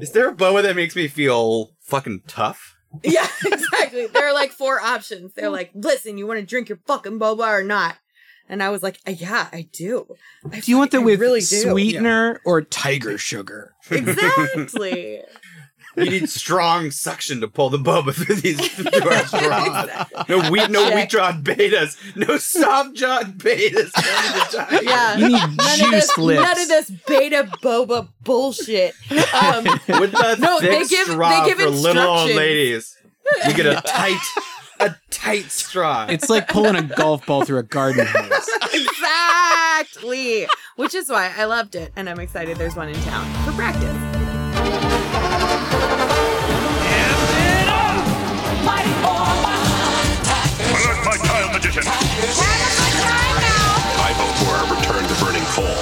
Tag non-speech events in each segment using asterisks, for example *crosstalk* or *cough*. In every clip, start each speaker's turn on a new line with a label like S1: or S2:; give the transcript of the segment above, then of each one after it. S1: Is there a boa that makes me feel fucking tough?
S2: *laughs* yeah, exactly. There are like four options. They're like, listen, you want to drink your fucking boba or not? And I was like, "Uh, yeah, I do. I
S3: Do you want
S2: fucking-
S3: them
S2: I
S3: with
S2: really do."
S3: sweetener or
S2: *laughs*
S3: tiger sugar? *laughs*
S2: Exactly.
S1: You need strong suction to pull the boba through these
S2: *laughs*
S1: through our straws. No wheat, no wheat drawn betas, no soft drawn betas. Only the
S2: Yeah.
S3: You need
S2: None of,
S3: juice
S2: this,
S3: lips.
S2: none of this beta boba bullshit. Um,
S3: *laughs*
S1: giant. With the
S2: No,
S1: thick
S2: they give- they
S1: straw
S2: give
S1: for little old
S2: instructions.
S1: ladies. You get
S2: *laughs*
S1: a tight, a tight straw.
S3: It's like
S2: *laughs*
S3: pulling a golf ball through a garden hose.
S2: exactly. Which is why I loved it, and I'm excited there's one in town for practice.
S4: Alert my child magician.
S5: I
S4: vote for a return to burning coal.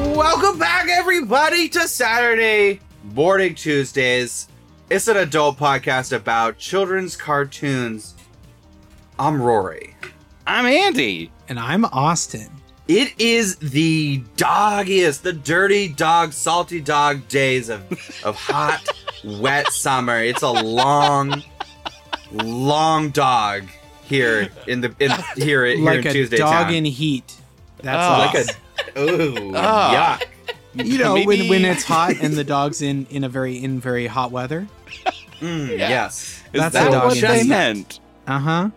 S1: Welcome back, everybody, to Saturday Morning Tuesdays. It's an adult podcast about children's cartoons. I'm Rory.
S6: I'm Andy.
S3: And I'm Austin.
S1: It is the doggiest, the dirty dog, salty dog days of, of
S6: *laughs*
S1: hot, wet summer. It's a long, long dog here in the in here, here
S3: like
S1: in
S3: a
S1: Tuesday
S3: dog
S1: town.
S3: in heat. That's
S6: Oh.
S1: like
S3: like
S1: a ooh
S6: Ah.
S1: yuck.
S3: you know when,
S6: Maybe-
S3: when it's hot and the dog's in in a very in very hot weather.
S1: Mm,
S6: Yeah.
S1: Yes.
S6: Is
S3: That's
S6: that
S3: a dog
S6: what they
S3: in-
S6: meant?
S3: Uh huh.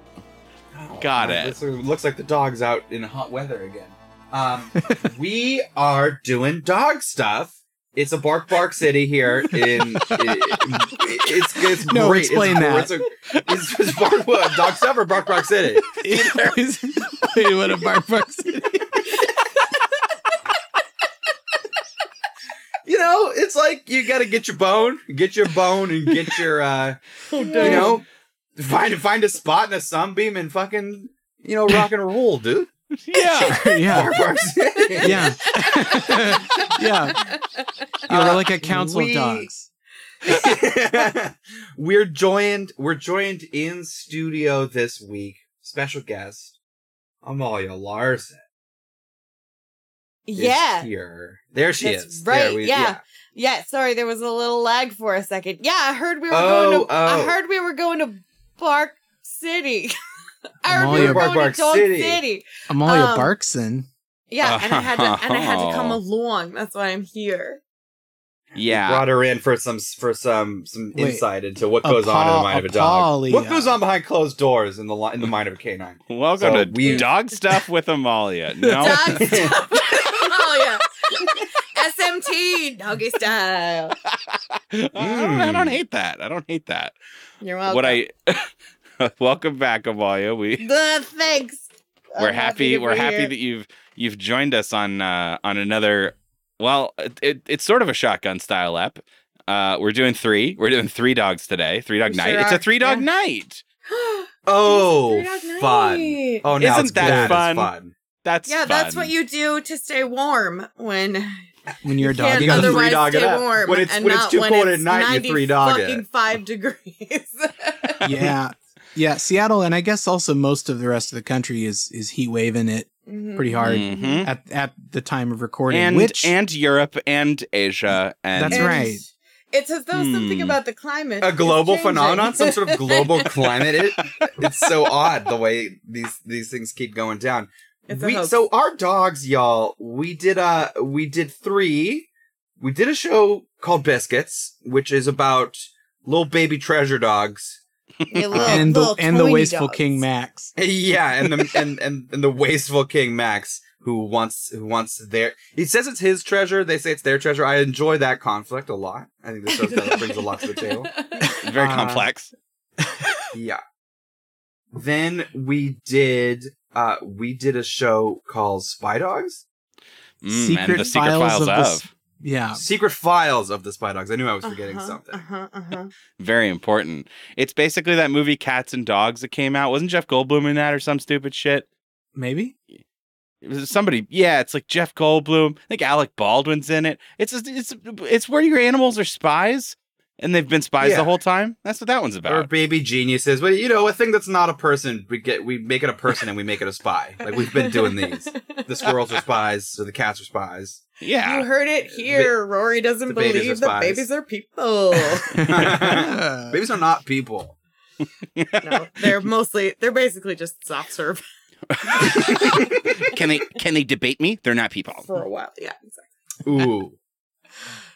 S6: Got
S1: Uh,
S6: it.
S1: this looks like the dog's out in hot weather again.
S6: *laughs*
S1: Um, we are doing dog stuff. It's a bark bark city here.
S6: *laughs*
S1: In i- it's it's
S3: No,
S1: great.
S3: explain
S1: it's,
S3: that.
S1: It's, a, it's, it's bark *laughs* what, dog stuff or bark bark city.
S3: Wait, what a bark bark city.
S1: You know, it's like you got to get your bone, get your bone, and get your
S3: *laughs*
S1: uh,
S3: Oh,
S1: you know, find find a spot in a sunbeam and fucking you know rock and roll, dude.
S6: Yeah.
S3: *laughs* Yeah,
S1: Bark bark city.
S3: yeah, *laughs* yeah. You're
S1: Uh,
S3: like a council
S1: we-
S3: of dogs.
S1: *laughs* we're joined we're joined in studio this week special guest amalia larson is
S2: Yeah.
S1: here there she
S2: That's
S1: is
S2: right,
S1: There we-
S2: yeah. Yeah, sorry, there was a little lag for a second. Yeah, I heard we were
S1: Oh,
S2: going to I
S1: oh.
S2: heard we were going to Bark City. *laughs* I heard we
S3: Amalia
S2: were
S1: Bark
S2: going
S1: Bark
S2: to Dog
S1: City.
S2: City.
S3: Amalia
S2: um,
S3: Barkson.
S2: Yeah, and I had to and I had to come
S6: Oh.
S2: along. That's why I'm
S6: *laughs*
S2: here.
S6: Yeah.
S1: brought her in for some for some some
S3: Wait.
S1: insight into what
S3: A
S1: goes on in the
S3: Paul-
S1: mind
S3: a
S1: of a dog
S3: Paulia.
S1: what goes on behind closed doors in the li- in the mind of a canine
S6: Welcome
S1: So
S6: to
S1: we-
S6: Dog Stuff
S2: *laughs*
S6: with Amalia. No.
S2: Dog style. *laughs* oh yeah. SMT doggy style.
S6: I, don't, I don't hate that. I don't hate that.
S2: You're welcome.
S6: What I *laughs* welcome back, Amalia. We
S2: the thanks.
S6: we're
S2: I'm
S6: happy.
S2: that
S6: We're happy
S2: here. *gasps*
S6: that you've you've joined us on uh, on another. Well, it, it, it's sort of a shotgun style app. Uh, we're doing three. We're doing three dogs today. Three dog
S2: We
S6: night.
S2: sure
S6: it's a
S2: are.
S6: three dog
S2: Yeah.
S6: night.
S1: oh
S2: It's Free Dog
S1: fun
S2: Night.
S1: oh now
S6: Isn't
S1: it's
S6: that
S1: glad it's
S6: fun?
S1: fun
S6: That's
S2: yeah, that's what
S6: fun.
S2: you do to stay warm when
S3: when you're a dog?
S2: can't
S3: in heat?
S1: other-
S2: otherwise
S1: three-dog it
S2: stay
S1: up.
S2: warm.
S1: When it's-
S2: and
S1: when it's
S2: not
S1: too
S2: when
S1: cold
S2: it's
S1: at night, you
S2: 90
S1: three-dog it.
S2: fucking five degrees. *laughs*
S3: yeah, yeah. Seattle, and I guess also most of the rest of the country is is heat waving it pretty hard
S6: Mhm.
S3: at at the time of recording.
S6: And
S3: which
S6: and Europe and Asia and
S3: That's
S2: And
S3: right.
S2: It's as though something
S6: Hmm.
S2: about the climate.
S1: a
S2: is
S1: global
S2: changing.
S1: phenomenon, some
S2: *laughs*
S1: sort of global climate. It, it's so odd the way these these things keep going down.
S2: It's a
S1: we
S2: hoax.
S1: so our dogs, y'all. We did uh we did three. We did a show called Biscuits, which is about little baby treasure dogs. *laughs*
S2: Your little-
S3: and the
S2: little
S3: and the
S2: tiny
S3: wasteful
S2: dogs. *laughs*
S3: King Max.
S1: yeah, and the and, and and the wasteful King Max who wants who wants their he says it's his treasure. They say it's their treasure. I enjoy that conflict a lot. I think
S2: *laughs*
S1: this show brings a lot to the table.
S6: very
S1: Uh,
S6: complex.
S1: Yeah. Then we did uh we did a show called Spy Dogs?
S6: Mm, and the secret files,
S3: the
S6: of,
S3: s- yeah.
S1: Secret Files of the Spy Dogs. I knew I was forgetting
S2: Uh-huh,
S1: something.
S2: Uh-huh, uh-huh.
S6: very important. It's basically that movie Cats and Dogs that came out. Wasn't Jeff Goldblum in that or some stupid shit? *laughs*
S3: Maybe *laughs*
S6: It was somebody. Yeah, it's like Jeff Goldblum. I think Alec Baldwin's in it. It's just, it's it's where your animals are spies. and they've been spies
S1: Yeah.
S6: the whole time. That's what that one's
S1: Or
S6: about.
S1: baby geniuses. Well, you know, a thing that's not a person, we get we make it a person and we make it a spy. Like we've been doing these. The squirrels are spies, so the cats are spies.
S2: You
S6: yeah.
S2: heard it here. Rory doesn't
S1: the babies are
S2: believe the
S1: spies.
S2: babies
S1: *laughs*
S2: are people.
S3: Yeah.
S1: Babies are not people.
S2: no, they're mostly they're basically just soft serve
S6: *laughs* can they can they debate me? They're not people.
S2: for a while. Yeah, exactly.
S1: Ooh.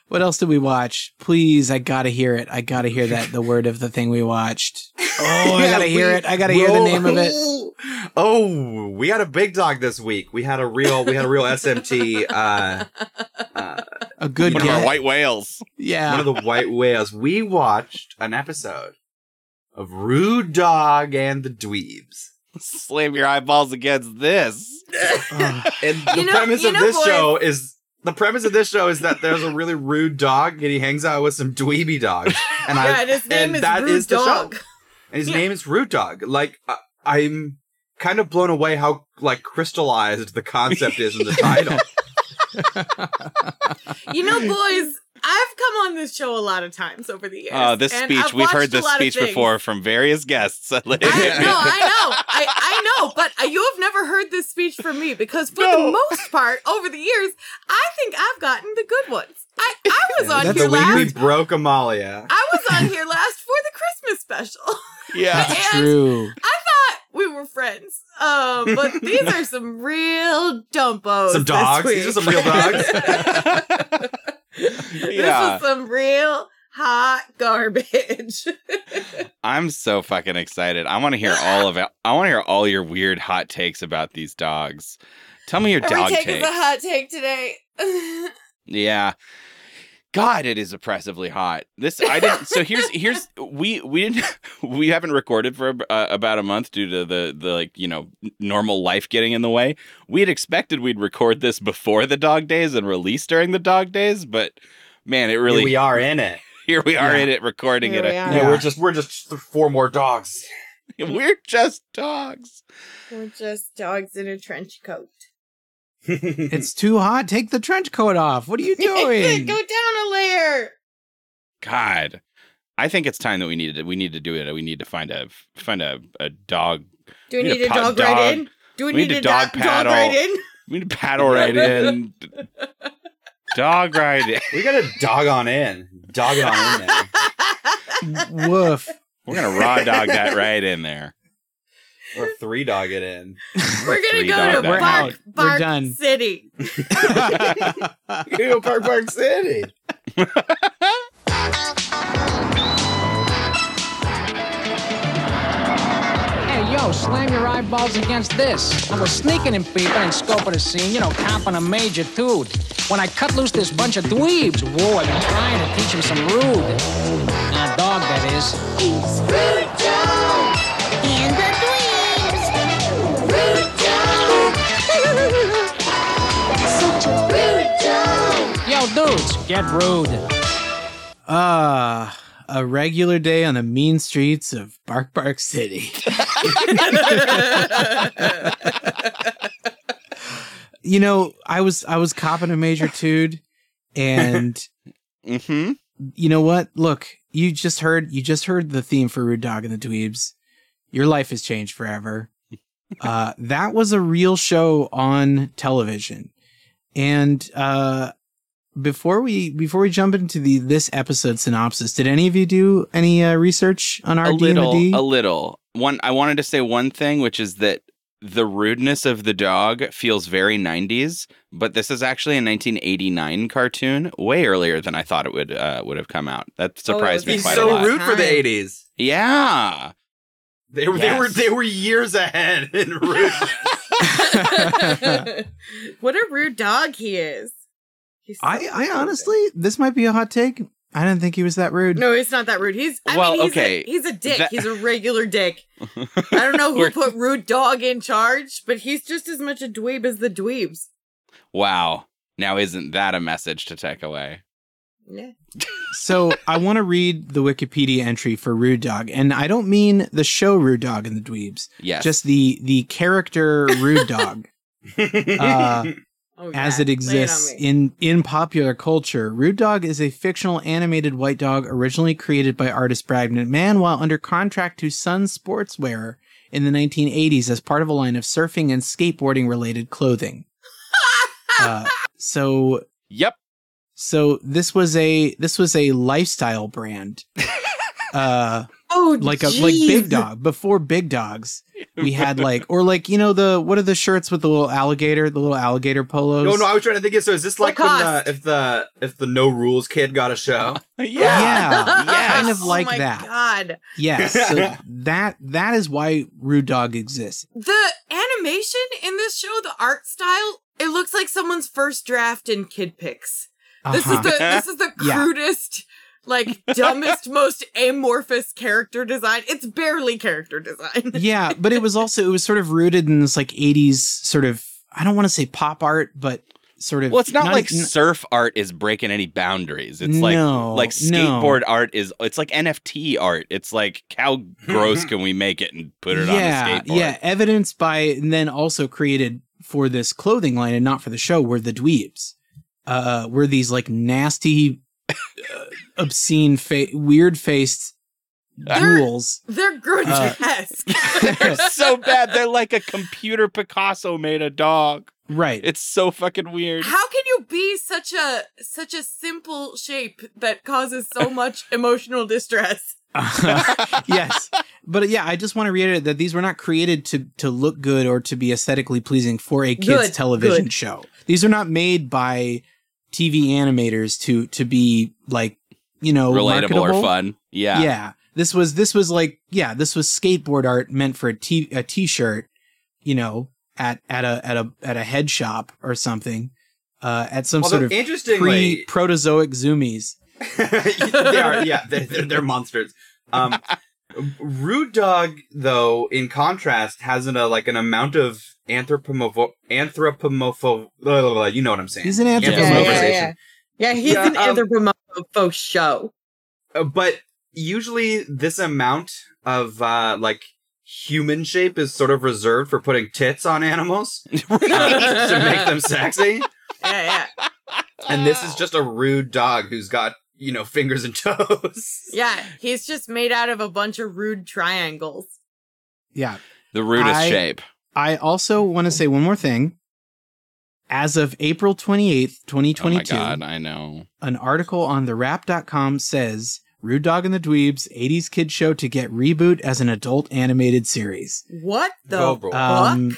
S3: What else did we watch? Please, I gotta hear it. I gotta hear that the word of the thing we watched.
S1: *laughs*
S3: Oh, I gotta hear it. I gotta hear the
S1: Roll-
S3: name of it.
S1: *laughs* Oh, we had a big dog this week. We had a real we had a real SMT uh, uh
S3: A good
S6: One of our
S3: guess.
S6: white whales.
S1: one
S3: Yeah.
S1: of
S2: *laughs*
S1: the white whales. We watched an episode of Rude Dog and the Dweebs.
S6: Slam your eyeballs against this.
S3: Ugh.
S1: And the
S2: You know-
S1: premise
S2: you
S1: of
S2: know,
S1: this
S2: boys-
S1: show is the premise of this show is that there's a really rude dog and he hangs out with some dweeby dogs. And I
S2: *laughs* yeah, and his name
S1: and
S2: is
S1: that
S2: Rude
S1: is the show.
S2: Dog.
S1: and his
S2: Yeah.
S1: name is Rude Dog. Like I, I'm kind of blown away how like crystallized the concept is in the
S2: *laughs*
S1: title.
S2: You
S1: *laughs*
S2: know, boys, I've come on this show a lot of times over the years.
S6: Oh, this
S2: and
S6: speech.
S2: I've
S6: We've
S2: watched
S6: heard
S2: a
S6: this
S2: lot of
S6: speech
S2: things.
S6: before from various guests. *laughs*
S2: I know, I know, I, I know, but you have never heard this speech from me because, for
S6: No.
S2: the most part, over the years, I think I've gotten the good ones. I, I was on
S3: that's
S1: the
S2: here
S1: week we
S2: last.
S1: broke Amalia.
S2: I was on here last for the Christmas special. *laughs*
S6: yeah.
S3: Oh, That's
S2: And-
S3: true.
S2: I thought we were friends, uh, but these are some real dumpos.
S1: Some
S2: this
S1: dogs.
S2: week.
S1: These are some real dogs.
S2: *laughs*
S6: Yeah.
S2: This is some real hot garbage.
S6: I'm so fucking excited. I want to hear all of it. I want to hear all your weird hot takes about these dogs. Tell me your dog
S2: Every take,
S6: take.
S2: is a hot take today. *laughs*
S6: yeah. God, it is oppressively hot. This I didn't. So here's here's we we didn't *laughs* we haven't recorded for uh, about a month due to the the like you know n- normal life getting in the way. We had expected we'd record this before the dog days and release during the dog days, but man, it really
S1: Here we are in it.
S6: here we are
S3: Yeah.
S6: in it recording
S2: Here
S6: it.
S2: we
S6: I-
S2: are.
S1: Yeah,
S3: Yeah.
S1: we're just we're just th- four more *laughs* dogs.
S6: *laughs* We're just dogs.
S2: We're just dogs in a trench coat. *laughs*
S3: It's too hot. Take the trench coat off. What are you
S2: *laughs*
S3: doing?
S2: Go down a layer.
S6: God, I think it's time that we need to we need to do it. We need to find a find a, a dog.
S2: Do we
S6: Need a
S2: need a
S6: pod
S2: dog
S6: dog.
S2: right in? Do we need a dog dog
S6: paddle.
S2: right in?
S6: We need to paddle right in, dog right in.
S1: we got a dog on in. Dog it on *laughs* in there.
S3: Woof.
S6: *laughs* We're gonna raw dog that right in there.
S1: Or three dog it in.
S2: *laughs* We're gonna
S6: Three
S2: go
S6: dog
S2: to
S6: that
S3: We're out.
S2: Bark
S3: We're
S2: Bark
S3: done.
S6: *laughs*
S2: City. *laughs*
S1: You know, Park Park City.
S5: Hey, yo, slam your eyeballs against this. I was sneaking in people and scoping a scene, you know, copping a major dude. When I cut loose this bunch of dweebs, whoa, I've been trying to teach 'em some rude. Nah, dog, that is.
S7: It's Rude Dog and the Dweebs. Rude Dog. Such a rude dog.
S5: Yo, dudes, get rude.
S3: Ah, a regular day on the mean streets of Bark Bark City. you know, I was I was copping a major tude, and
S6: Mm-hmm.
S3: you know what? Look, you just heard you just heard the theme for Rude Dog and the Dweebs. Your life has changed
S6: *laughs*
S3: forever. Uh, that was a real show on television, and uh, before we before we jump into the this episode synopsis, did any of you do any uh, research on our
S6: A little,
S3: DMD?
S6: a little. One. I wanted to say one thing, which is that the rudeness of the dog feels very 90s, but this is actually a 1989 cartoon, way earlier than I thought it would uh, would have come out. That surprised
S2: was
S6: me
S1: He's
S6: quite
S1: so
S6: a lot.
S1: rude for the
S2: Time.
S1: eighties.
S6: Yeah.
S1: They were
S6: Yes.
S1: they were they were years ahead in *laughs* rude.
S2: what a rude dog he is. He's so
S3: I, I
S2: rude.
S3: honestly, this might be a hot take. I didn't think he was that rude.
S2: No, he's not that rude. He's I
S6: Well,
S2: mean, he's
S6: okay.
S2: A, he's a dick.
S6: That-
S2: He's a regular
S6: *laughs*
S2: dick. I don't know who
S6: We're-
S2: put rude dog in charge, but he's just as much a dweeb as the dweebs.
S6: Wow. Now isn't that a message to take away?
S2: Yeah.
S3: *laughs* So I want to read the Wikipedia entry for Rude Dog, and I don't mean the show Rude Dog and the Dweebs.
S2: *laughs*
S6: Yes.
S3: just the the character rude dog uh,
S2: Oh,
S3: as
S2: yeah.
S3: it
S2: Lay on
S3: exists
S2: me.
S3: in in popular culture. Rude Dog is a fictional animated white dog originally created by artist Brad McMahon while under contract to Sun Sportswear in the 1980s as part of a line of surfing and skateboarding
S2: *laughs*
S3: related clothing. Uh, so
S6: Yep.
S3: so this was a this was a
S2: *laughs*
S3: lifestyle brand. uh
S2: oh,
S3: like a like big
S2: jeez.
S3: dog before big
S6: *laughs*
S3: dogs we had like or like you know the what are the shirts with the little alligator the little alligator polos
S1: No, no, I was trying to think. So is this like when the,
S2: Lacoste.
S1: if the if the no rules kid got a *laughs* show?
S6: *laughs*
S3: yeah, kind of
S2: Oh
S3: like
S2: my
S3: that.
S2: God,
S3: Yes, so that that is why Rude Dog exists.
S2: the animation in this show, the art style, it looks like someone's first draft in Kid Picks. This is
S3: Uh-huh. *laughs*
S2: the this is the
S3: Yeah.
S2: crudest,
S3: *laughs*
S2: like dumbest, most amorphous character design. It's barely character design.
S3: yeah, but it was also it was sort of rooted in this like '80s sort of I don't want to say pop art, but sort of
S6: Well, it's not, like
S3: n-
S6: surf art is breaking any boundaries. It's
S3: No,
S6: like like
S3: no.
S6: skateboard art is. It's like NFT art. It's like
S3: *laughs*
S6: how gross can we make it and put it
S3: yeah,
S6: on a skateboard?
S3: yeah, evidenced by and then also created for this clothing line and not for the show were the dweebs. Uh, were these like nasty, uh, obscene, fa- weird
S6: *laughs*
S3: faced ghouls?
S2: They're grotesque.
S3: uh, *laughs*
S6: They're so bad. They're like a computer Picasso made a dog.
S3: Right.
S6: It's so fucking weird.
S2: How can you be such a such a simple shape that causes
S3: *laughs*
S2: so much emotional distress?
S3: *laughs* yes. But uh, yeah, I just want to reiterate that these were not created to to look good or to be aesthetically pleasing for a kids
S2: Good,
S3: television
S2: good.
S3: show. These are not made by TV animators to to be like, you know,
S6: Relatable
S3: marketable.
S6: or fun? Yeah. *laughs*
S3: Yeah. This was this was like yeah, this was skateboard art meant for a t a t-shirt, you know, at at a at a at a head shop or something. Uh at some
S1: Although
S3: sort of pre
S1: interestingly,
S3: protozoic zoomies.
S1: *laughs* they are yeah, they're, they're, they're monsters. Um, Rude Dog, though, in contrast, has an, uh, like an amount of anthropomorpho anthropomorpho. blah, blah, blah, you know what I'm saying?
S3: He's an
S1: Yeah,
S3: anthropomorphic.
S1: yeah, yeah, yeah.
S2: Yeah, he's
S1: Yeah,
S2: an
S1: um,
S2: anthropomorpho show.
S1: Uh, but usually this amount of uh like human shape is sort of reserved for putting tits on animals *laughs* uh, to make them sexy
S2: Yeah, yeah,
S1: and this is just a rude dog who's got you know fingers and *laughs* toes
S2: yeah. He's just made out of a bunch of rude triangles.
S3: Yeah.
S6: The rudest
S3: I-
S6: shape. Oh
S3: I also want to say one more thing. As of April 28th,
S6: Oh my
S3: 2022,
S6: god, I know.
S3: an article on therap.com says Rude Dog and the Dweebs 80s kid show to get reboot as an adult animated series.
S2: What the
S1: Go, bro.
S2: fuck?
S3: Um,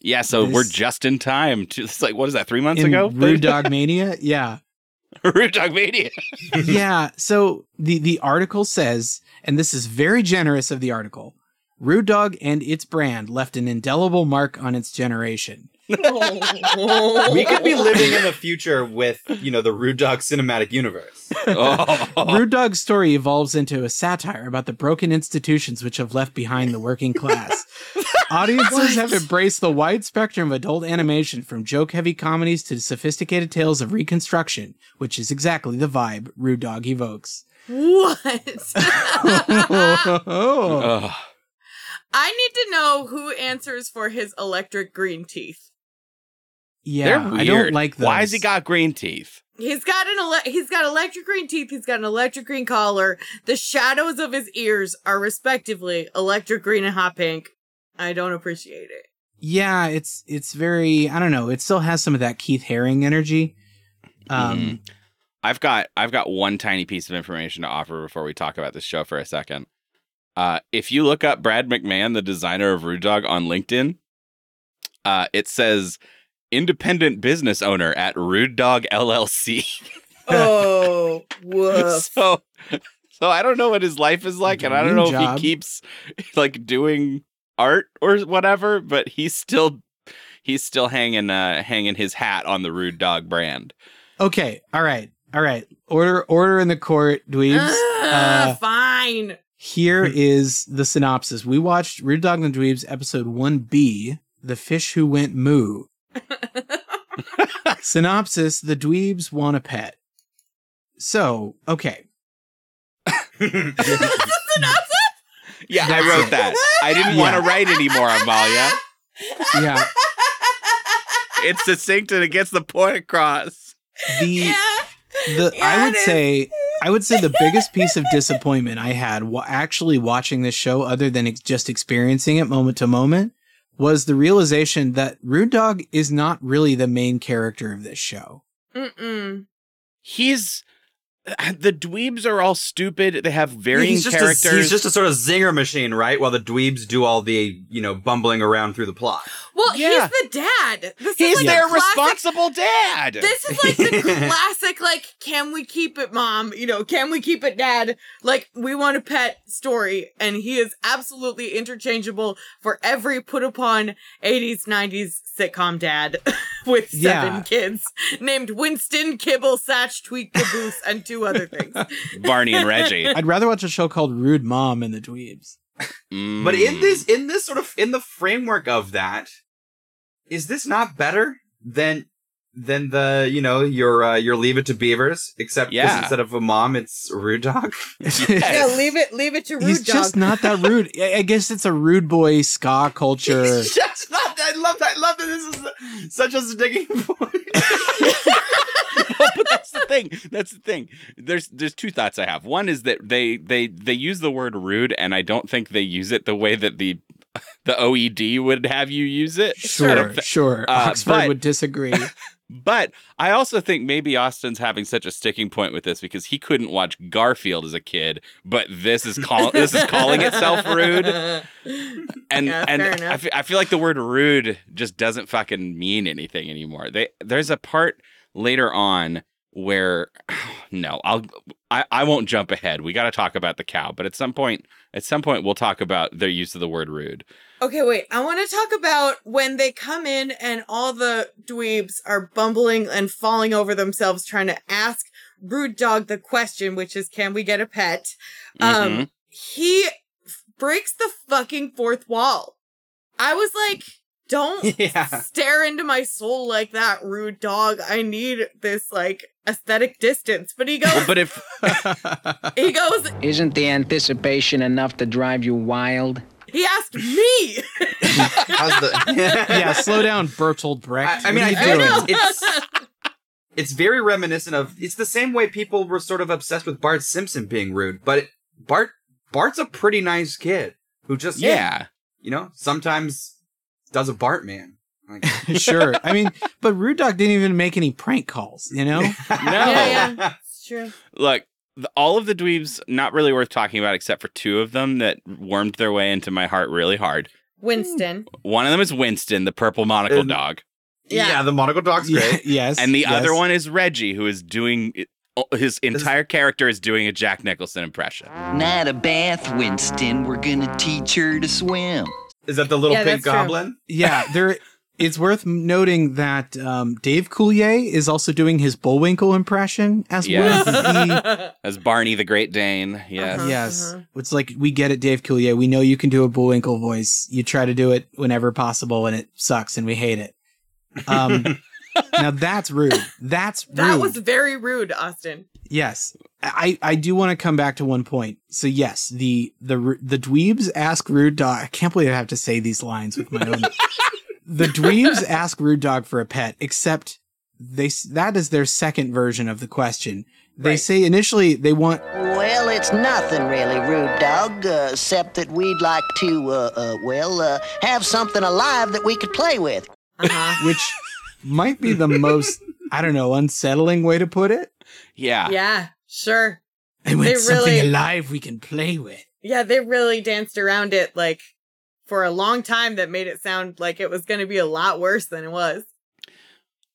S6: Yeah, so we're
S3: This-
S6: just in time. To, it's like what is that? Three months
S3: in
S6: ago? *laughs*
S3: Rude Dog Mania? Yeah.
S6: Rude Dog
S3: *laughs*
S6: Mania.
S3: yeah. So the, the article says, and this is very generous of the article Rude Dog and its brand left an indelible mark on its generation.
S1: we could be living in the future with you know the rude dog cinematic universe
S6: Oh.
S3: Rude Dog's story evolves into a satire about the broken institutions which have left behind the working
S6: *laughs*
S3: class. Audiences have embraced the wide spectrum of adult animation from joke heavy comedies to sophisticated tales of reconstruction, which is exactly the vibe Rude Dog
S6: *laughs*
S3: evokes.
S2: what?
S6: Ugh.
S2: *laughs* I need to know who answers for his electric green teeth.
S3: yeah,
S6: They're weird.
S3: I don't like those.
S6: Why has he got green teeth?
S2: He's got an ele- he's got electric green teeth. He's got an electric green collar. The shadows of his ears are respectively electric green and hot pink. I don't appreciate it.
S3: Yeah, it's it's very I don't know, it still has some of that Keith Haring energy. Um
S6: I've got I've got one tiny piece of information to offer before we talk about this show for a second. Uh, if you look up Brad McMahon, the designer of Rude Dog, on LinkedIn, uh, it says independent business owner at Rude Dog *laughs* LLC.
S2: Oh, woof.
S6: so, so I don't know what his life is like, and I don't
S3: Dream
S6: know if
S3: job.
S6: he keeps *laughs* like doing art or whatever, but he's still he's still hanging uh, hanging his hat on the Rude Dog brand.
S3: Okay, all right. All right. Order order in the court, dweebs. Uh,
S2: Ah, fine. *laughs*
S3: Here is the synopsis. We watched Rude Dog and the Dweebs episode 1B, The Fish Who Went Moo. synopsis The Dweebs want a pet. So, okay.
S6: Yeah,
S3: That's
S6: I wrote
S3: it.
S6: that. I didn't
S3: *laughs* Yeah.
S6: want to write anymore, Amalia.
S3: Yeah.
S6: It's succinct and it gets the point across.
S3: The the I
S2: Yeah,
S3: would
S2: it is.
S3: say I would say the biggest piece of disappointment I had wa- actually watching this show, other than ex- just experiencing it moment to moment, was the realization that Rude Dog is not really the main character of this show.
S2: Mm-mm.
S6: He's the dweebs are all stupid. They have varying
S1: he's just
S6: characters.
S1: A, he's just a sort of zinger machine, right? While the dweebs do all the, you know, bumbling around through the plot.
S2: Well,
S6: Yeah.
S2: he's the dad. This
S6: He's
S2: is like
S6: their
S2: the classic
S6: responsible dad.
S2: This is like the
S3: *laughs*
S2: classic, like, can we keep it, mom? You know, can we keep it, dad? Like, we want a pet story. And he is absolutely interchangeable for every put upon 80s, 90s sitcom dad *laughs* with seven
S3: Yeah.
S2: kids named Winston, Kibble, Satch, Tweet, Caboose, and two other *laughs* things.
S6: Barney and
S1: *laughs*
S6: Reggie.
S3: I'd rather watch a show called Rude Mom and the Dweebs.
S6: Mm.
S1: But in this, in this sort of, in the framework of that, is this not better than than the, you know, your uh, your Leave It to Beavers? Except 'cause
S6: Yeah.
S1: instead of a mom, it's Rude
S6: *laughs*
S1: Dog.
S3: *laughs*
S2: yeah, leave it, leave it to Rude
S3: He's
S2: Dog. *laughs*
S3: just not that rude. I I guess it's a rude boy ska culture.
S1: It's just not- I love that. I love that. This is such a sticking *laughs* point.
S6: *laughs* *laughs* but that's the thing. That's the thing. There's there's two thoughts I have. One is that they they they use the word rude, and I don't think they use it the way that the *laughs* the OED would have you use it. I don't
S3: Sure,
S6: thi-
S3: sure.
S6: uh,
S3: Oxford
S6: but-
S3: would disagree.
S6: But I also think maybe Austin's having such a sticking point with this because he couldn't watch Garfield as a kid, but this is call- this is calling itself rude.
S2: *laughs*
S6: And
S2: Yeah,
S6: and
S2: fair
S6: I
S2: enough.
S6: fe- I feel like the word rude just doesn't fucking mean anything anymore. They there's a part later on where *sighs* no, I'll I, I won't jump ahead. We got to talk about the cow, but at some point at some point we'll talk about their use of the word rude.
S2: Okay, wait. I want to talk about when they come in and all the dweebs are bumbling and falling over themselves trying to ask Rude Dog the question, which is, can we get a pet? Um, he f- breaks the fucking fourth wall. I was like,
S1: *laughs*
S2: don't
S1: yeah.
S2: stare into my soul like that, Rude Dog. I need this, like, aesthetic distance. But he goes,
S6: Well, *laughs* but
S2: *laughs*
S6: if
S2: he goes,
S5: Isn't the anticipation enough to drive you wild?
S2: he asked me.
S1: How's the? *laughs*
S3: yeah, slow down, Bertolt
S1: I,
S3: Brecht.
S1: I mean, I
S3: What are you
S1: feel
S3: doing?
S1: like it's, it's it's very reminiscent of it's the same way people were sort of obsessed with Bart Simpson being rude, but it, Bart Bart's a pretty nice kid who just
S6: yeah,
S1: you know sometimes does a Bart man. Like,
S3: *laughs* sure. I mean, but Rude Dog didn't even make any prank calls, you
S6: *laughs*
S3: know?
S1: *laughs*
S6: no.
S2: Yeah, yeah. It's *laughs* true.
S6: Look, the, all of the dweebs not really worth talking about except for two of them that wormed their way into my heart really hard.
S2: Winston.
S6: One of them is Winston, the purple monocle
S1: Um,
S6: dog,
S1: yeah.
S2: Yeah.
S1: the monocle dog's great.
S3: *laughs* Ye- yes.
S6: and the
S3: yes.
S6: other one is Reggie, who is doing his entire character is doing a Jack Nicholson impression.
S8: Not a bath, Winston. We're gonna teach her to swim.
S1: Is that the little
S2: Yeah,
S1: pink
S2: that's true.
S1: goblin?
S3: *laughs* Yeah, there. It's worth noting that um, Dave Coulier is also doing his Bullwinkle impression as
S6: Yes.
S3: well.
S6: *laughs*
S3: as the-
S6: As Barney the Great Dane. Yes.
S2: Uh-huh.
S3: yes, it's like we get it, Dave Coulier. We know you can do a Bullwinkle voice. You try to do it whenever possible, and it sucks, and we hate it.
S6: *laughs*
S3: Um, now that's rude. That's rude.
S2: That was very rude, Austin.
S3: Yes, I I do want to come back to one point. So yes, the the Ru- the dweebs ask rude dog. I can't believe I have to say these lines with
S2: *laughs*
S3: my own. the dweebs ask rude dog for a pet, except they s- that is their second version of the question. They
S2: Right.
S3: say initially they want
S8: Well, it's nothing really, Rude Dog, uh, except that we'd like to, uh, uh well, uh, have something alive that we could play with.
S6: *laughs*
S2: Uh-huh.
S3: which might be the most I don't know unsettling way to put it.
S6: Yeah.
S2: yeah, sure.
S3: They want
S2: They
S3: something
S2: really-
S3: alive we can play
S2: *laughs*
S3: with.
S2: Yeah, they really danced around it like for a long time that made it sound like it was going to be a lot worse than it was.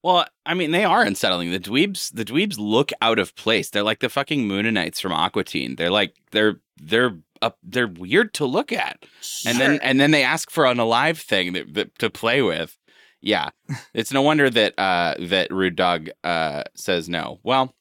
S6: Well, I mean, they are unsettling. The dweebs, the dweebs look out of place. They're like the fucking Moonanites from Aqua Teen. They're like they're they're up. They're weird to look at. and then
S2: Sure.
S6: and then they ask for an alive thing that, that to play with. Yeah, it's no wonder that uh, that Rude Dog uh, says no. Well,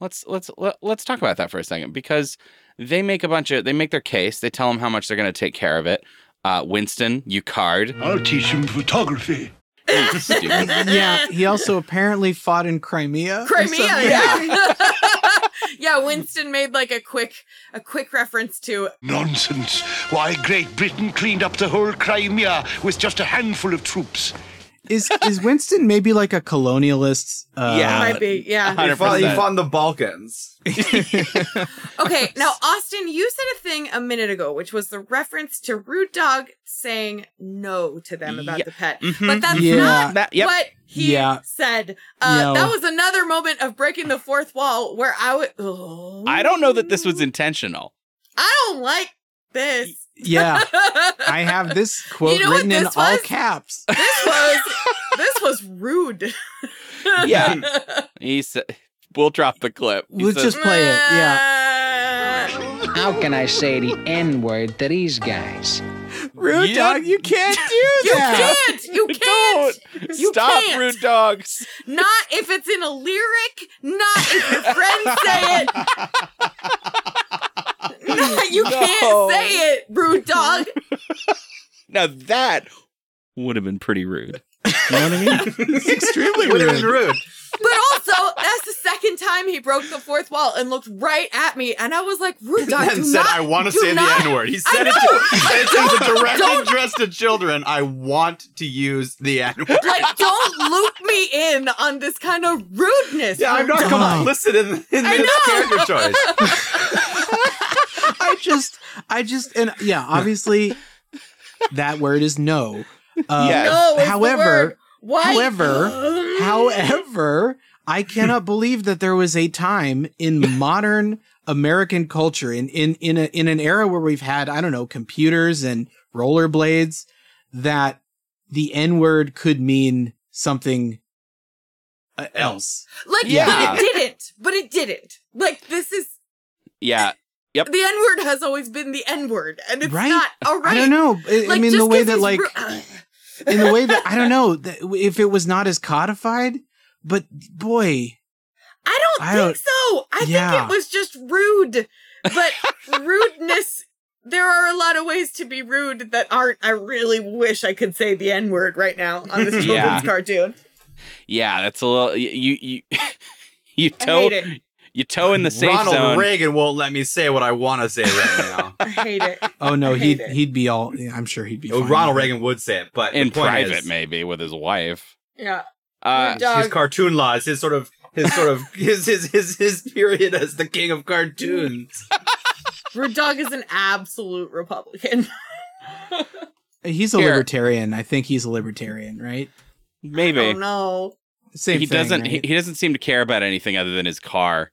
S6: let's let's let, let's talk about that for a second because they make a bunch of they make their case. They tell them how much they're going to take care of it. Uh, Winston, you
S2: *laughs*
S6: card.
S4: I'll teach him photography.
S6: You stupid.
S3: Yeah, he also apparently fought in Crimea. or
S2: Crimea,
S3: something.
S2: yeah. *laughs* yeah, Winston made like a quick a quick reference to
S4: Nonsense. Why, Great Britain cleaned up the whole Crimea with just a handful of troops.
S3: is is Winston maybe like a colonialist? Uh,
S6: Yeah.
S2: Might be,
S6: *laughs*
S2: yeah.
S1: He fought, he
S6: 100%.
S1: fought in the Balkans.
S2: Okay, now Austin, you said a thing a minute ago, which was the reference to Rude Dog saying no to them about
S6: Yeah.
S2: the pet.
S6: Mhm.
S2: But that's
S3: Yeah.
S2: not
S6: That- yep.
S2: what he
S3: Yeah.
S2: said. Uh,
S3: No.
S2: That was another moment of breaking the fourth wall where I would. Oh.
S6: I don't know that this was intentional.
S2: I don't like this. *laughs*
S3: yeah. I have this quote
S2: know what
S3: written in
S2: this
S3: all
S2: was? *laughs*
S3: caps.
S2: this was this was rude. *laughs*
S6: Yeah. He said, "We'll drop the clip." He
S3: Let's
S6: says,
S3: just play it.
S2: yeah.
S3: Yeah.
S5: How can I say the N word to these guys?
S3: Rude
S6: You-
S3: dog, you can't do
S2: *laughs* You
S3: that.
S2: can't.
S6: *laughs*
S2: You can't. You
S6: stop,
S2: can't.
S6: rude dogs.
S2: Not if it's in a lyric. Not if your friends say it.
S3: *laughs*
S2: *laughs* No, you
S6: No.
S2: can't say it, rude dog.
S6: Now that would have been pretty rude. You know what I mean?
S2: *laughs*
S1: *laughs*
S3: It's extremely
S1: Would have been
S3: rude.
S1: rude.
S2: But also, that's the second time he broke the fourth wall and looked right at me, and I was like, "Rude dog,
S1: *laughs*
S2: do
S1: and said,
S2: not,
S1: I want to
S2: do
S1: say
S2: not-
S1: the N word. He
S2: I
S1: said it,
S2: know.
S1: to, he said it to a direct
S2: Don't-
S1: address to children. I want to use the N word.
S2: Like, don't loop me in on this kind of rudeness."
S1: Yeah, I'm not
S2: rude dog.
S3: Dog.
S1: complicit in, in
S2: I
S1: this
S2: know.
S1: character choice.
S3: I just, I just, and yeah, obviously, that word
S2: *laughs*
S3: is no. Uh,
S6: Yes.
S2: No, it's the
S3: however,
S2: word. Why? *laughs*
S3: however, however, I cannot believe that there was a time
S2: *laughs*
S3: in modern American culture, in in in a, in an era where we've had, I don't know, computers and rollerblades, that the N word could mean something uh, else.
S2: like,
S6: Yeah.
S2: but it didn't. But it didn't. Like, this is
S6: Yeah,
S2: the N word has always been the N word, and it's
S3: Right.
S2: not all right.
S3: I don't know. I, I
S2: Like,
S3: mean,
S2: just
S3: the way
S2: 'cause
S3: that
S2: he's
S3: like.
S2: ru-
S3: in the
S2: *laughs*
S3: way that I don't know that if it was not as codified, but boy,
S2: I don't
S3: I
S2: think
S3: don't-
S2: so. I
S3: Yeah.
S2: think it was just rude. But rudeness, there are a lot of ways to be rude that aren't. I really wish I could say the N word right now on this children's
S6: Yeah.
S2: cartoon.
S6: yeah. That's a little. You you *laughs* you
S2: I
S6: toe
S2: hate it.
S6: you toe in the safe
S1: Ronald
S6: zone.
S1: Reagan won't let me say what I want to say right
S2: I hate it.
S3: oh no,
S2: I
S3: he'd
S2: hate it.
S3: he'd be all. yeah, I'm sure he'd be.
S1: now.
S3: Fine
S1: Oh, Ronald Reagan would say it, but
S6: in
S1: the point
S6: private,
S1: is,
S6: maybe with his wife.
S2: Yeah.
S6: Uh,
S2: Rude dog.
S1: His cartoon laws, his sort of, his sort of, *laughs* his his his his period as the king of cartoons.
S2: Rude dog is an absolute Republican.
S3: He's a
S6: Here.
S3: libertarian. I think he's a libertarian, right?
S6: maybe
S2: Oh no.
S3: Same.
S6: he
S3: thing,
S6: doesn't. He,
S3: right?
S6: he doesn't seem to care about anything other than his car.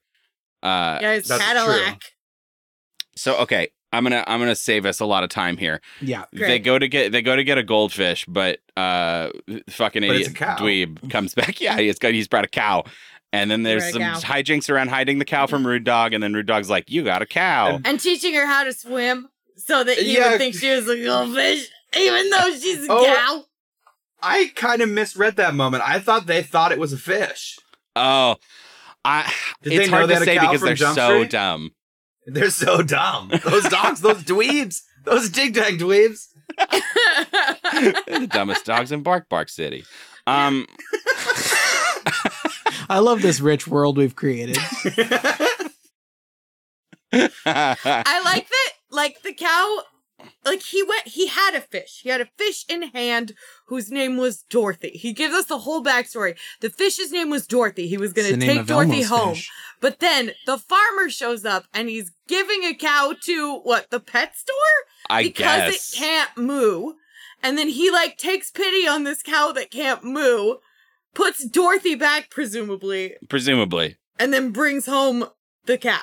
S6: Uh,
S2: Yeah, it's
S1: that's
S2: Cadillac.
S6: So okay, I'm gonna I'm gonna save us a lot of time here.
S3: yeah.
S6: They
S2: Great.
S6: go to get they go to get a goldfish, but uh, fucking
S1: But it's
S6: idiot
S1: a cow.
S6: dweeb comes back. *laughs* Yeah, he's got he's brought a cow, and then there's some
S2: Brought a
S6: hijinks around hiding the cow from Rude Dog, and then Rude Dog's like, "You got a cow."
S2: And teaching her how to swim so that you
S1: Yeah.
S2: would think she was a goldfish, even though she's a
S1: Oh.
S2: cow.
S1: I kind of misread that moment. I thought they thought it was a fish.
S6: oh, I.
S1: Did
S6: it's
S1: they know
S6: hard
S1: they
S6: to
S1: had a
S6: say
S1: cow
S6: because
S1: from
S6: they're
S1: Jump
S6: so
S1: Street? *laughs*
S6: dumb.
S1: They're so dumb. Those dogs, those dweebs, those dig dag dweebs. *laughs*
S2: *laughs*
S6: They're the dumbest dogs in Bark Bark City. Um, *laughs*
S3: I love this rich world
S2: *laughs*
S3: we've created.
S2: I like that, like the cow, like he went, he had a fish. He had a fish in hand whose name was Dorothy. He gives us the whole backstory. The fish's name was Dorothy. He was
S3: It's the
S2: going to
S3: name
S2: take
S3: of
S2: Dorothy
S3: Elmo's
S2: home.
S3: fish.
S2: But then the farmer shows up and he's giving a cow to what, the pet store?
S6: I
S2: because
S6: guess.
S2: it can't moo. And then he like takes pity on this cow that can't moo, puts Dorothy back, presumably,
S6: Presumably,
S2: and then brings home the cow.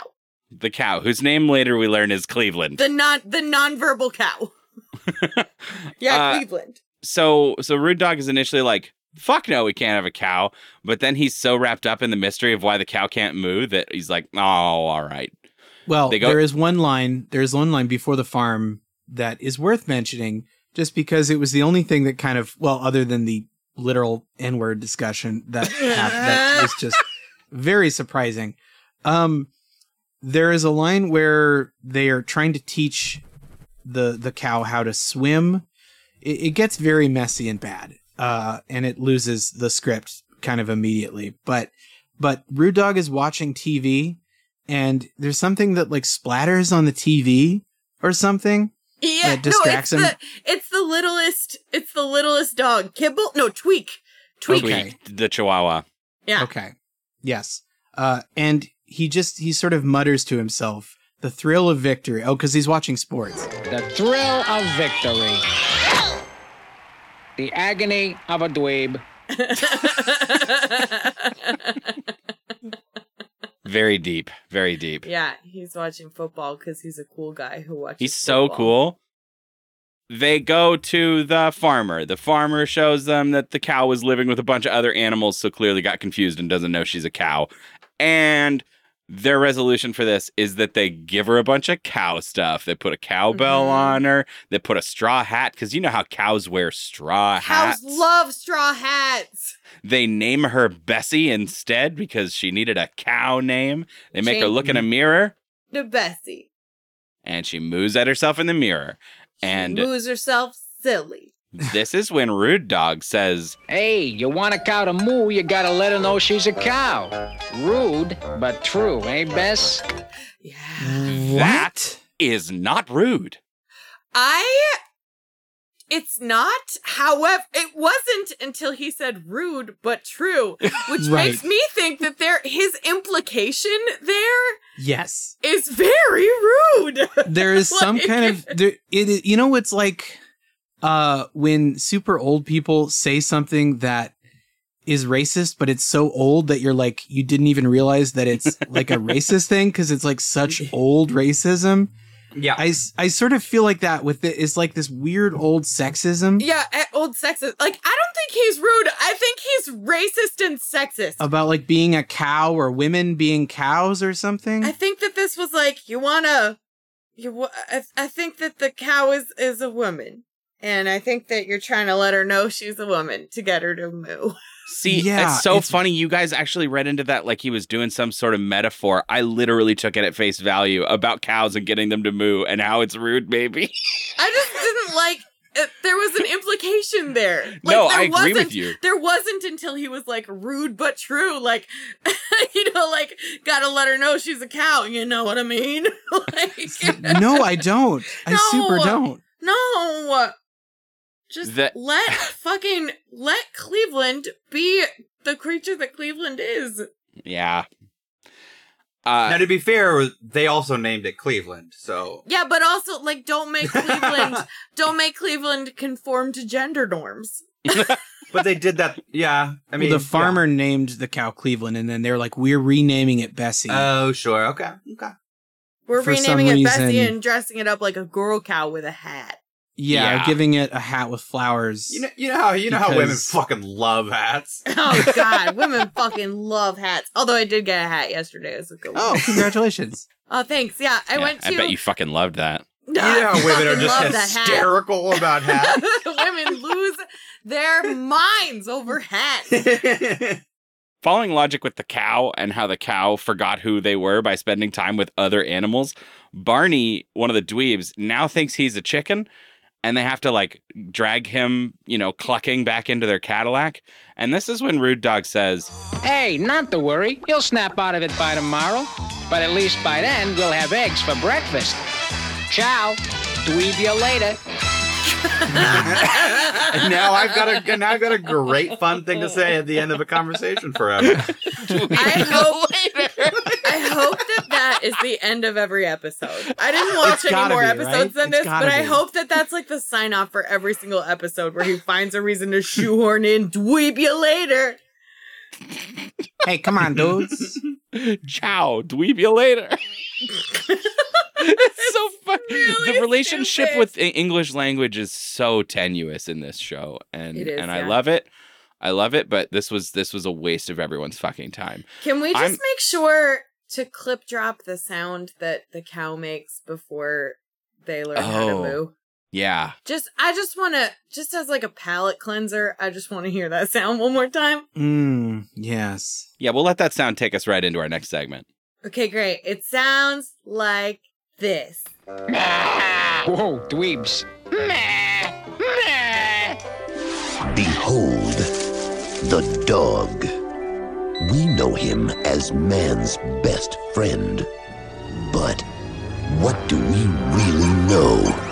S6: the cow, whose name later we learn is Cleveland.
S2: The non the nonverbal
S6: *laughs*
S2: cow. yeah,
S6: Uh,
S2: Cleveland.
S6: so so Rude Dog is initially like, "Fuck no, we can't have a cow," but then he's so wrapped up in the mystery of why the cow can't move that he's like, "Oh, all right."
S3: Well,
S6: They go-
S3: there is one line. There is one line before the farm that is worth mentioning, just because it was the only thing that kind of, well, other than the literal N word discussion that hap- that was just very surprising. Um, there is a line where they are trying to teach the the cow how to swim. It, it gets very messy and bad, uh, and it loses the script kind of immediately. But but Rude Dog is watching TV and there's something that like splatters on the TV or something.
S2: Yeah,
S3: distracts
S2: no,
S3: him.
S2: it's the it's the littlest it's the littlest dog. Kibble? No, Tweak. Tweak.
S3: Okay.
S6: Tweak the Chihuahua.
S2: Yeah. *laughs*
S3: Okay. Yes. Uh, and he just he sort of mutters to himself the thrill of victory. Oh, because he's watching sports.
S5: The thrill of victory. The agony of a dweeb.
S6: Very deep. Very
S2: *laughs*
S6: deep.
S2: yeah, he's watching football because he's a cool guy who watches.
S6: He's so
S2: football.
S6: cool. They go to the farmer. The farmer shows them that the cow was living with a bunch of other animals, so clearly got confused and doesn't know she's a cow. And their resolution for this is that they give her a bunch of cow stuff. They put a cowbell
S2: Mhm.
S6: on her. They put a straw hat because you know how cows wear straw
S2: Cows
S6: hats.
S2: love straw hats.
S6: They name her Bessie instead because she needed a cow name. They make her
S2: Jane.
S6: look in a mirror,
S2: The Bessie
S6: and she moos at herself in the mirror. And
S2: moves herself silly.
S6: this is when Rude Dog says,
S5: Hey, you want a cow to moo, you gotta let her know she's a cow. Rude, but true, eh, Bess?
S2: Yeah.
S6: That- is not rude.
S2: I. It's not. However, it wasn't until he said rude but
S3: *laughs*
S2: true, which
S3: Right.
S2: makes me think that there his implication there
S3: Yes.
S2: is very rude. *laughs*
S3: There is some
S2: Like-
S3: kind of there, it. is- You know, it's like uh, when super old people say something that is racist, but it's so old that you're like you didn't even realize
S2: *laughs*
S3: that it's like a racist thing because it's like such old racism.
S1: Yeah.
S3: I, s- I sort of feel like that with it. It's like this weird old sexism
S2: yeah, eh, old sexist. Like I don't think he's rude. I think he's racist and sexist.
S3: about like being a cow or women being cows or something.
S2: I think that this was like you wanna. You, wa- I, I think that the cow is is a woman, and I think that you're trying to let her know she's a woman to get her to moo.
S6: See,
S3: Yeah,
S6: it's so
S3: it's-
S6: funny. You guys actually read into that like he was doing some sort of metaphor. I literally took it at face value about cows and getting them to moo and how it's rude, baby. *laughs*
S2: I just didn't like. It. There was an implication there. Like,
S6: no,
S2: there
S6: I agree
S2: wasn't,
S6: with you.
S2: There wasn't until he was like rude but true. Like, *laughs* you know, like gotta let her know she's a cow. You know what I mean? *laughs* like,
S3: no, I don't.
S2: *laughs*
S3: I
S2: No.
S3: super don't.
S2: no, just
S6: That- *laughs*
S2: let fucking let Cleveland be the creature that Cleveland is.
S6: Yeah.
S1: now
S6: Uh,
S1: to be fair, they also named it Cleveland, so
S2: Yeah, but also like don't
S6: *laughs*
S2: make Cleveland don't make Cleveland conform to gender norms.
S1: but they did that. Yeah, I mean
S3: well, the farmer named the cow Cleveland, and then they're like, "We're renaming it Bessie."
S1: yeah. Oh, sure. Okay. Okay.
S2: We're
S3: For some
S2: renaming it Bessie
S3: reason-
S2: and dressing it up like a girl cow with a hat.
S3: yeah,
S6: yeah.
S3: giving it a hat with flowers.
S1: You know, you know how you know how women
S3: Because-
S1: fucking love
S2: *laughs*
S1: hats.
S2: Oh God, women fucking love hats. Although I did get a hat yesterday. It was a good one.
S3: oh, *laughs* congratulations!
S2: Oh, thanks. Yeah, I
S6: yeah,
S2: went to.
S6: I bet you fucking loved that.
S2: *laughs* No,
S1: you know
S2: I
S1: how women are
S2: fucking
S1: just
S2: love that hat.
S1: hysterical about hats.
S2: *laughs*
S1: *laughs*
S2: women lose their minds over hats.
S6: *laughs* Following logic with the cow and how the cow forgot who they were by spending time with other animals, Barney, one of the dweebs, now thinks he's a chicken and they have to like drag him, you know, clucking back into their Cadillac. And this is when Rude Dog says,
S5: Hey, not to worry. He'll snap out of it by tomorrow. But at least by then, we'll have eggs for breakfast. Ciao. Dweeb you later.
S1: and now I've got a now I've got a great fun thing to say at the end of a conversation forever.
S2: I hope. I hope that that is the end of every episode. I didn't watch
S3: It's
S2: any
S3: gotta
S2: more
S3: be,
S2: episodes
S3: right?
S2: than
S3: It's
S2: this,
S3: gotta
S2: but I
S3: be.
S2: hope that that's like the sign off for every single episode where he finds a reason to shoehorn in dweeb you later.
S3: hey, come on, dudes.
S6: Ciao, dweeb you later. it's so fun.
S2: really
S6: the relationship
S2: stupid.
S6: with the English language is so tenuous in this show, and
S2: It is,
S6: and
S2: yeah.
S6: I love it. I love it, but this was this was a waste of everyone's fucking time.
S2: Can we just
S6: I'm-
S2: make sure to clip drop the sound that the cow makes before they learn how to
S6: Oh.
S2: moo?
S6: Yeah,
S2: Just, I just want to, just as like a palate cleanser, I just want to hear that *laughs* sound one more time.
S3: Mm, yes.
S6: yeah. We'll let that sound take us right into our next segment.
S2: Okay, great. It sounds like this.
S5: Whoa, dweebs.
S9: Behold the dog. We know him as man's best friend. But what do we really know?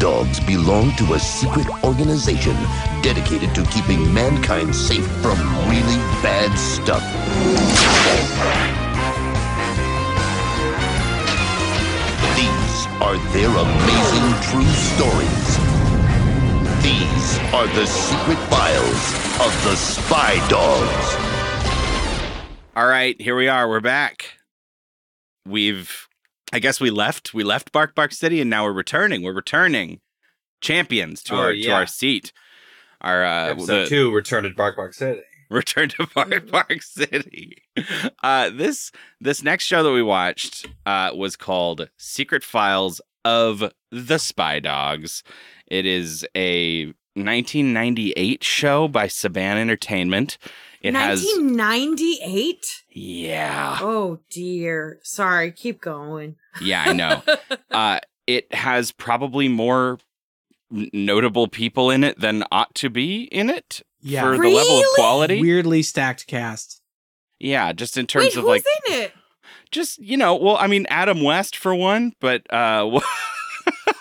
S9: dogs belong to a secret organization dedicated to keeping mankind safe from really bad stuff. These are their amazing true stories. These are the secret files of the spy dogs.
S6: All right, here we are. We're back. We've, I guess we left. We left Bark Bark City, and now we're returning. We're returning, champions to
S1: Oh,
S6: our to
S1: yeah.
S6: our seat. Our uh,
S1: Episode
S6: the-
S1: two, Mm-hmm. Return to Bark Bark City.
S6: *laughs* Return to Park Park City. Uh, this this next show that we watched uh, was called Secret Files of the Spy Dogs. It is a 1998 show by Saban Entertainment. It has
S2: 1998?
S6: yeah
S2: Oh dear. Sorry, keep going.
S6: *laughs* yeah I know. uh, it has probably more n- notable people in it than ought to be in it
S3: Yeah.
S6: for the level of
S2: Really?
S6: quality.
S3: Weirdly stacked cast.
S6: Yeah, just in terms
S2: Wait,
S6: of
S2: who's
S6: like
S2: in it?
S6: just you know well i mean adam west for one but uh *laughs* wha-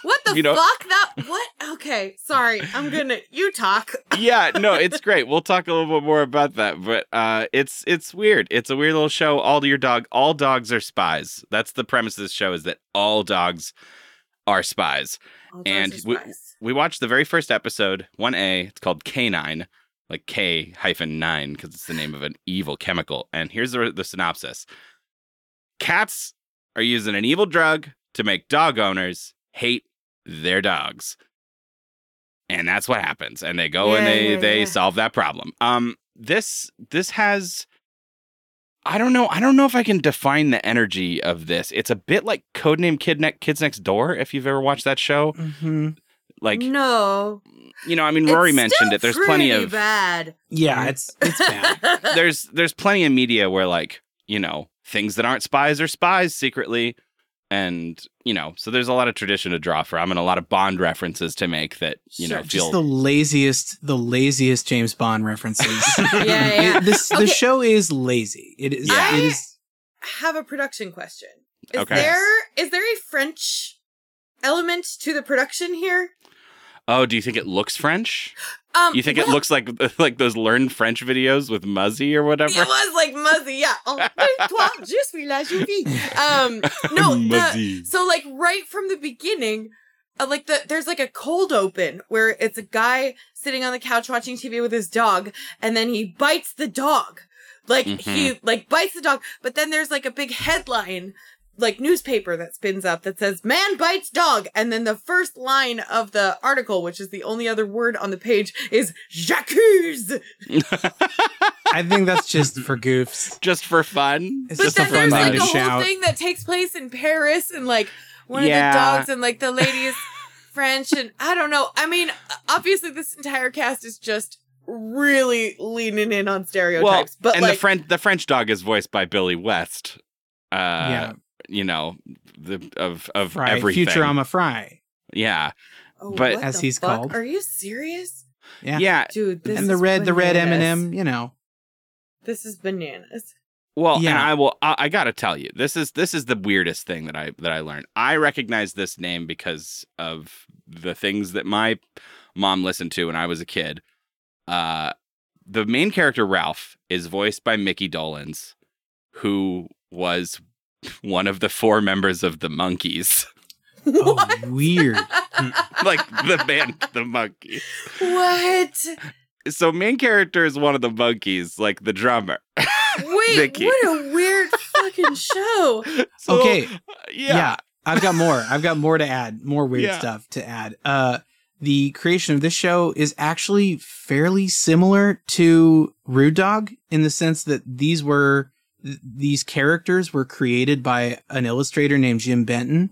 S2: What the
S6: *laughs* You know-
S2: fuck? That what? Okay, sorry. I'm gonna you talk.
S6: yeah no it's great we'll talk a little bit more about that but uh it's it's weird it's a weird little show all to your dog all dogs are spies that's the premise of this show is that all dogs are spies
S2: All dogs
S6: And
S2: are
S6: we-
S2: spies.
S6: we watched the very first episode 1a it's called canine like k hyphen 9 because it's the name of an evil chemical and here's the, the synopsis cats are using an evil drug to make dog owners hate their dogs and that's what happens and they go and
S2: Yeah,
S6: they
S2: yeah,
S6: they
S2: yeah.
S6: solve that problem um this this has I don't know. I don't know if I can define the energy of this. It's a bit like Codename Kid Ne- Kids Next Door, if you've ever watched that show.
S3: Mm-hmm.
S6: Like,
S2: no,
S6: you know, I mean, Rory
S2: It's
S6: mentioned
S2: still
S6: it. There's plenty
S2: pretty
S6: of
S2: bad.
S3: Yeah, it's it's
S2: *laughs*
S3: bad.
S6: there's there's plenty of media where like you know things that aren't spies are spies secretly, and you know, so there's a lot of tradition to draw from and a lot of Bond references to make that you know feel
S3: just the laziest, the laziest James Bond references.
S2: *laughs* yeah, yeah.
S3: It- this
S2: Okay.
S3: the show is lazy. It is.
S6: Yeah.
S3: It is.
S2: have a production question. Is
S6: Okay.
S2: there is there a French element to the production here?
S6: oh, do you think it looks French?
S2: Um,
S6: You think it *laughs*
S2: well,
S6: looks like like those learn French videos with Muzzy or whatever?
S2: It was like Muzzy, yeah. Oh, toi, je suis la jouvie. Um,
S6: *laughs*
S2: no, the,
S6: Muzzy.
S2: so like right from the beginning, uh, like the there's like a cold open where it's a guy sitting on the couch watching TV with his dog, and then he bites the dog, like he like bites the dog. But then there's like a big headline. Like newspaper that spins up that says "man bites dog," and then the first line of the article, which is the only other word on the page, is "j'accuse."
S3: I think that's just for goofs.
S6: Just for fun.
S3: It's
S2: But
S3: just a
S2: then
S3: fun
S2: there's
S3: thing
S2: like
S3: to
S2: a whole
S3: shout.
S2: thing that takes place in Paris and like one
S6: Yeah.
S2: of the dogs and like the lady
S3: *laughs*
S2: is French and I don't know. I mean, obviously this entire cast is just really leaning in on stereotypes. but
S6: and
S2: like
S6: the French the French dog is voiced by Billy West. Uh,
S3: yeah,
S6: you know, the of of
S3: Fry,
S6: everything.
S3: Futurama Fry.
S6: Yeah,
S2: oh,
S6: but-
S2: what
S3: As
S2: the
S3: he's
S2: fuck?
S3: called.
S2: Are you serious?
S3: Yeah.
S6: yeah.
S2: Dude, this
S3: and the
S2: is
S3: red, the red M
S2: bananas.
S3: and M.
S2: *laughs*
S3: You know.
S2: This is bananas.
S6: Well, and
S3: Yeah.
S6: I will. I, I gotta tell you, this is this is the weirdest thing that I that I learned. I recognize this name because of the things that my mom listened to when I was a kid. Uh, the main character Ralph is voiced by Mickey Dolans, who was *laughs* one of the four members of the Monkeys,
S2: *laughs* what?
S3: Oh, Mm, weird.
S6: *laughs* like the band
S3: *laughs*
S6: the Monkeys.
S2: What?
S6: So main character is one of the Monkeys, like the drummer. *laughs*
S2: Wait,
S6: Vicky.
S2: what a weird
S3: *laughs*
S2: fucking show.
S6: So,
S3: okay.
S6: Yeah.
S3: I've got more. I've got more to add. More weird
S6: Yeah.
S3: stuff to add. Uh, the creation of this show is actually fairly similar to Rude Dog in the sense that these were th- these characters were created by an illustrator named Jim Benton,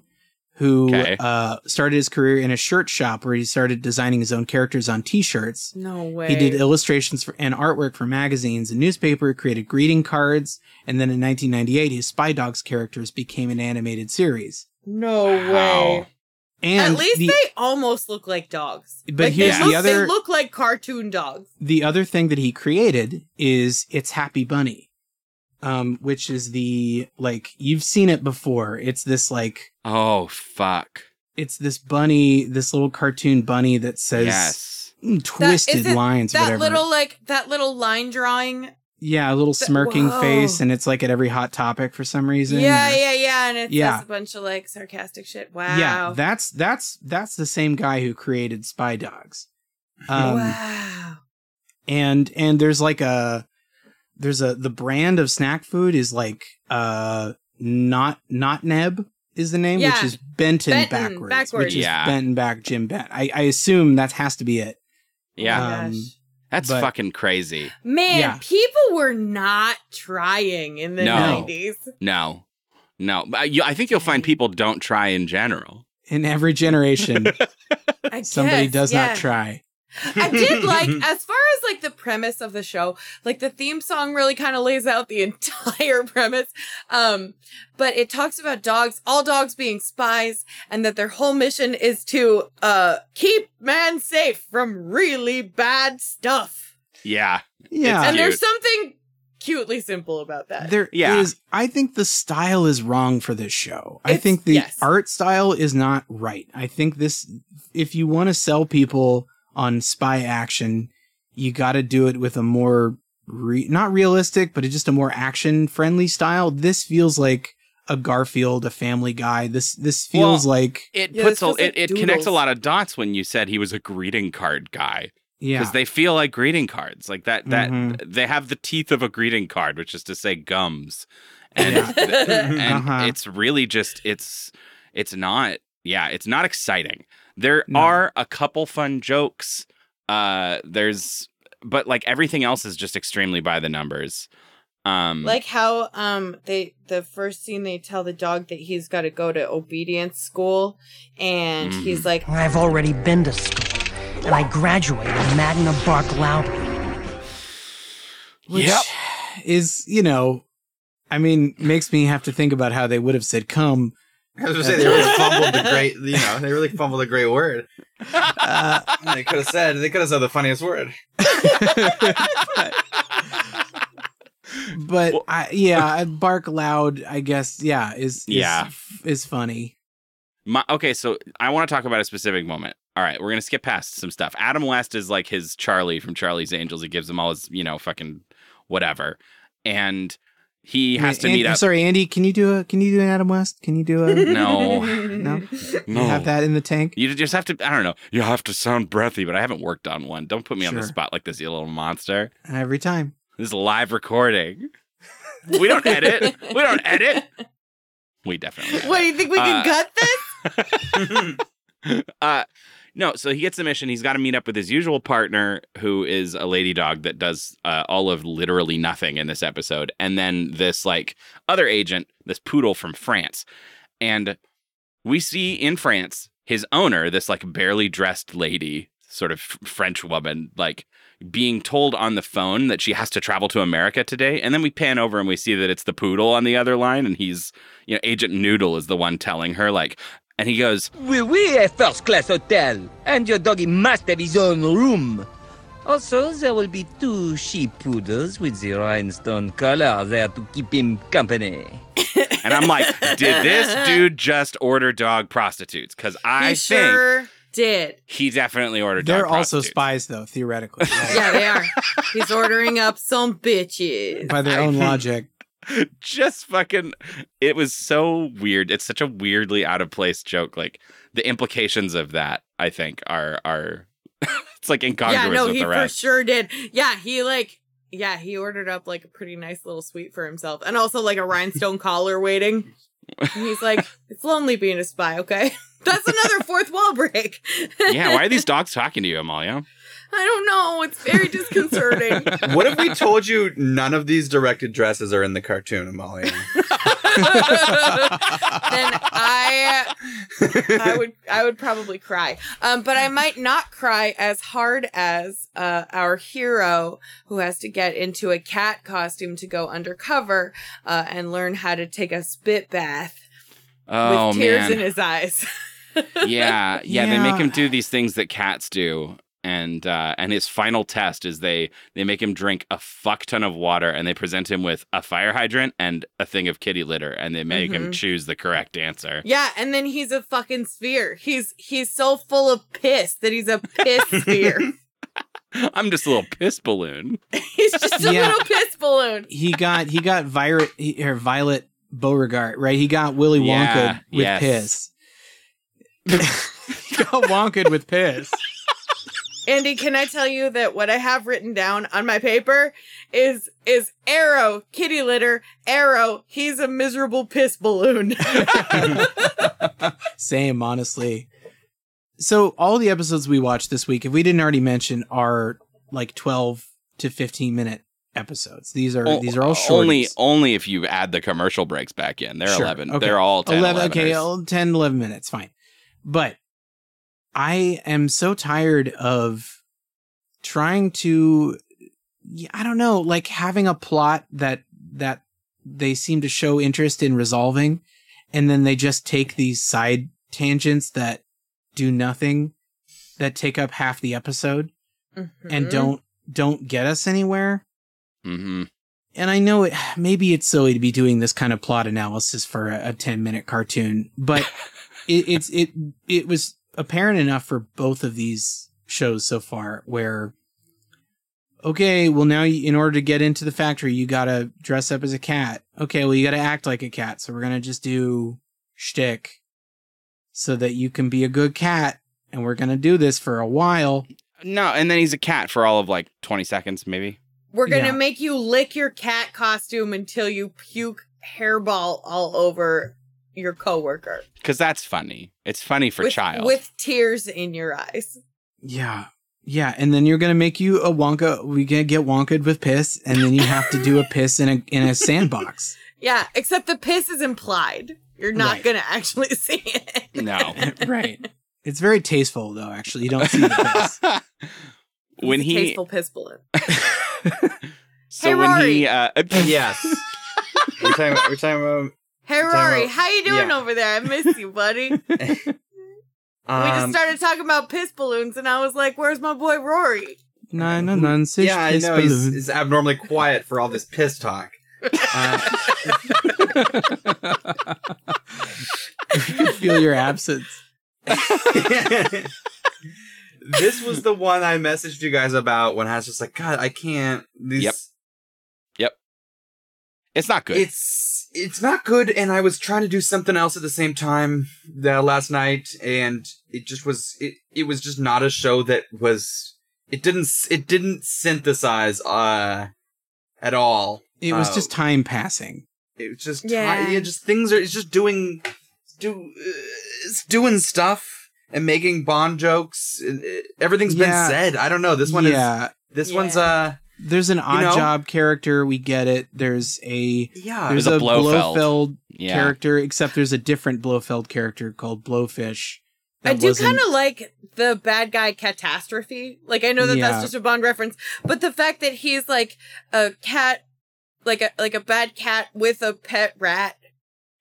S3: who
S6: Okay.
S3: uh, started his career in a shirt shop where he started designing his own characters on T-shirts.
S2: No way.
S3: He did illustrations for, and artwork for magazines and newspaper, created greeting cards, and then in 1998, his Spy Dogs characters became an animated series.
S2: no
S6: Wow.
S2: way.
S3: And
S2: At least
S3: the,
S2: they almost look like dogs.
S3: But
S2: Like,
S3: here's
S2: they
S3: the
S2: look, They
S3: other-
S2: look like cartoon dogs.
S3: the other thing that he created is it's Happy Bunny, um, which is the like you've seen it before. It's this like
S6: Oh fuck.
S3: it's this bunny, this little cartoon bunny that says
S6: yes.
S3: mm, twisted
S2: it
S3: lines or
S2: that
S3: whatever.
S2: little like that little line drawing.
S3: yeah, a little
S2: Th-
S3: smirking
S2: Whoa.
S3: face, and it's like at every hot topic for some reason.
S2: Yeah,
S3: or-
S2: yeah, yeah, and it
S3: Yeah.
S2: says a bunch of like sarcastic shit. Wow.
S3: yeah. That's that's that's the same guy who created
S2: *laughs*
S3: Spy Dogs. Um,
S2: wow.
S3: and and there's like a there's a the brand of snack food is like uh not not neb is the name
S2: Yeah.
S3: which is benton,
S2: Benton
S3: backwards,
S2: backwards.
S3: which
S6: Yeah.
S3: is benton back jim bent I, I assume that has to be it
S6: Yeah.
S2: Oh my
S3: Um,
S2: gosh.
S6: That's
S3: but-
S6: fucking crazy.
S2: Man,
S3: yeah.
S2: people were not trying in the
S6: No.
S2: 90s.
S6: No, no. But I, you, I think you'll find people don't try in general.
S3: in every
S2: *laughs*
S3: generation
S2: I
S3: *laughs* somebody
S2: guess,
S3: does
S2: yeah.
S3: not try
S2: I did like, as far as like the premise of the show, like the theme song really kind of lays out the *laughs* entire premise. Um, but it talks about dogs, all dogs being spies, and that their whole mission is to uh keep man safe from really bad stuff.
S6: Yeah.
S3: yeah
S2: And
S6: Cute.
S2: there's something cutely simple about that.
S3: Ah. *laughs* there
S6: Yeah.
S3: is- i think the style is wrong for this show i
S2: It's-
S3: think the
S2: yes.
S3: art style is not right i think this if you want to sell people on spy action you got to do it with a more re- not realistic but just a more action friendly style this feels like a garfield a family guy this this feels like
S6: It
S2: Yeah,
S6: puts
S2: this
S6: a,
S2: feels
S6: it,
S2: like
S6: it connects a
S2: doodles.
S6: lot of dots when you said he was a greeting card guy
S3: yeah
S6: because they feel like greeting cards. Like that that
S3: Mhm.
S2: Mm-hmm.
S6: they have the teeth of a greeting card, which is to say gums, and hmm. and
S3: Uh-huh.
S6: it's really just it's it's not yeah it's not exciting. There
S3: No.
S6: are a couple fun jokes. Uh, there's but like everything else is just extremely by the numbers. Um,
S2: *laughs* like how um they the first scene they tell the dog that he's got to go to obedience school and he's like
S10: I've already been to school, and I graduated Magna Bark Loudly.
S3: which
S6: Yep.
S3: is you know i mean makes me have to think about how they would have said
S6: *laughs*
S3: come
S1: I was gonna say they really fumbled the great, you know, they really fumbled a great word.
S3: uh,
S1: They could have said they could have said the funniest word.
S3: but
S6: Well-
S3: I,
S6: *laughs*
S3: yeah, I bark loud. I guess yeah is, is
S6: Yeah.
S3: is funny.
S6: *laughs* My, okay, so I want to talk about a specific moment. All right, we're gonna skip past some stuff. Adam West is like his Charlie from Charlie's Angels. He gives him all his, you know, fucking whatever, and he has to
S3: An-
S6: meet
S3: I'm
S6: up.
S3: sorry, Andy. Can you do a? Can you do an Adam West? Can you
S2: *laughs*
S3: do a?
S6: No,
S3: no,
S6: no.
S3: you have that in the tank.
S6: You just have to. I don't know. You have to sound breathy, but I haven't worked on one. Don't put me on the
S3: Sure.
S6: spot like this, you little monster.
S3: Every time.
S6: This is live recording. we don't edit. We don't edit. We
S2: *laughs*
S6: definitely. edit.
S2: what do you think we can
S6: Uh,
S2: cut this
S6: *laughs* uh no so he gets the mission he's got to meet up with his usual partner who is a lady dog that does uh, all of literally nothing in this episode and then this like other agent this poodle from france and we see in france his owner this like barely dressed lady sort of f- french woman like being told on the phone that she has to travel to america today and then we pan over and we see that it's the poodle on the other line and he's you know agent noodle is the one telling her like and he goes
S11: Oui, oui, a first class hotel. And your doggy must have his own room. Also, there will be two sheep poodles with the rhinestone collar there to keep him company.
S6: And I'm like, did
S2: *laughs*
S6: this dude just order dog prostitutes? Because I
S2: he
S6: think
S2: sure did
S6: he definitely ordered dog
S3: They're also
S6: prostitutes.
S3: spies though, theoretically.
S6: *laughs*
S3: right?
S2: yeah they are he's ordering up some bitches
S3: By their own logic.
S6: *laughs* Just fucking, it was so weird. It's such a weirdly out of place joke. Like the implications of that, I think, are are *laughs* it's like incongruous
S2: yeah no
S6: with
S2: he
S6: the
S2: for
S6: rest.
S2: sure did yeah he like yeah he ordered up like a pretty nice little suite for himself and also like a rhinestone collar waiting and he's like it's lonely being a spy okay *laughs* that's another fourth wall break
S6: yeah, why
S2: *laughs*
S6: are these dogs talking to you, Amalia?
S2: I don't know. It's very disconcerting. *laughs*
S1: What if we told you none of these directed dresses are in the cartoon, *laughs* Amalia?
S2: then I, I would, I would probably cry. Um, but I might not cry as hard as uh, our hero who has to get into a cat costume to go undercover uh, and learn how to take a spit bath
S6: Oh
S2: with tears
S6: man,
S2: in his eyes. *laughs*
S3: *laughs*
S6: yeah, yeah, They make
S3: Yeah.
S6: him do these things that cats do, and uh, and his final test is they they make him drink a fuck ton of water, and they present him with a fire hydrant and a thing of kitty litter, and they make him
S3: Mm-hmm.
S2: Mhm.
S6: choose the correct answer. *laughs*
S2: Yeah, and then he's a fucking sphere. He's he's so full of piss that he's a piss
S6: *laughs*
S2: sphere.
S6: I'm just a little piss balloon.
S2: he's just a
S3: Yeah.
S2: little piss balloon.
S3: He got he got Violet he, or Violet Beauregard right. He got Willy Wonka
S6: Yeah,
S3: with
S6: yes.
S3: piss. *laughs* he got Wonka with piss.
S2: Andy, can I tell you that what I have written down on my paper is is arrow kitty litter arrow. He's a miserable piss balloon. *laughs*
S3: Same, honestly. So all the episodes we watched this week, if we didn't already mention, are like twelve to fifteen minute episodes. These are
S6: O-
S3: these are all short.
S6: Oh, only only if you add the commercial breaks back in. They're
S3: Sure,
S6: eleven.
S3: okay.
S6: They're all 10, 11.
S3: okay, all 10, 11 minutes, fine. But I am so tired of trying to, yeah, I don't know, like having a plot that that they seem to show interest in resolving, and then they just take these side tangents that do nothing, that take up half the episode, Mm-hmm.
S2: Mm-hmm.
S3: and don't don't get us anywhere oh.
S6: Mm-hmm.
S3: and I know it *sighs* maybe it's silly to be doing this kind of plot analysis for a, a 10 minute cartoon, but it, it's it it was apparent enough for both of these shows so far where okay, well now you, in order to get into the factory you got to dress up as a cat. Okay, well you got to act like a cat, so we're going to just do shtick so that you can be a good cat and we're going to do this for a while.
S6: No, and then he's a cat for all of like twenty seconds, maybe.
S2: We're gonna
S3: Yeah.
S2: make you lick your cat costume until you puke hairball all over your coworker
S6: Because that's funny. It's funny for
S2: with,
S6: child.
S2: with tears in your eyes.
S3: Yeah. Yeah, and then you're gonna make you a Wonka. We gonna get Wonked with piss, and then you have to do a piss in a in a sandbox.
S2: Yeah, except the piss is implied. You're not
S3: Right.
S2: gonna actually *laughs* see it.
S3: *laughs*
S6: no.
S3: right. It's very tasteful, though. Actually, you don't
S2: *laughs*
S3: see the piss.
S6: *laughs* when
S2: It's a
S6: he
S2: tasteful piss balloon.
S6: so
S2: Hey,
S6: when
S2: Rory.
S3: *coughs*
S6: he uh
S1: yes. *laughs* We're talking, we're talking about.
S2: Hey
S1: Time out.
S2: Rory, how you doing
S1: Yeah.
S2: over there? I miss you, buddy. we just
S1: Um,
S2: started talking about piss balloons, and I was like, "Where's my boy Rory?"
S3: Nine nine nine six.
S1: yeah, I
S3: piss
S1: know. He's,
S3: balloon.
S1: he's abnormally quiet for all this piss talk. Uh, *laughs*
S3: *laughs* You can feel your absence.
S1: this was the one I messaged you guys about when I was just like, God, I can't. These,
S6: Yep. *coughs* it's not good.
S1: It's it's not good, and I was trying to do something else at the same time uh, last night, and it just was it it was just not a show that was it didn't s- it didn't synthesize uh at all.
S3: It was
S1: Uh,
S3: just time passing.
S1: it was just yeah.
S2: Yeah.
S1: yeah, just things are it's just doing do uh, it's doing stuff and making Bond jokes. and, uh, Everything's
S3: Yeah.
S1: been said. I don't know. This one is
S3: yeah,
S1: this
S2: Yeah.
S1: one's uh
S3: there's an odd
S1: know? Uh,
S3: job character. We get it. There's a
S1: yeah.
S3: there's
S6: There's a
S3: a
S6: Blofeld.
S3: Blofeld
S6: yeah.
S3: character, except there's a different Blofeld character called Blowfish.
S2: I
S3: that
S2: do
S3: wasn't-
S2: kind of like the bad guy catastrophe. Like I know that
S3: Yeah.
S2: that's just a Bond reference, but the fact that he's like a cat, like a like a bad cat with a pet rat,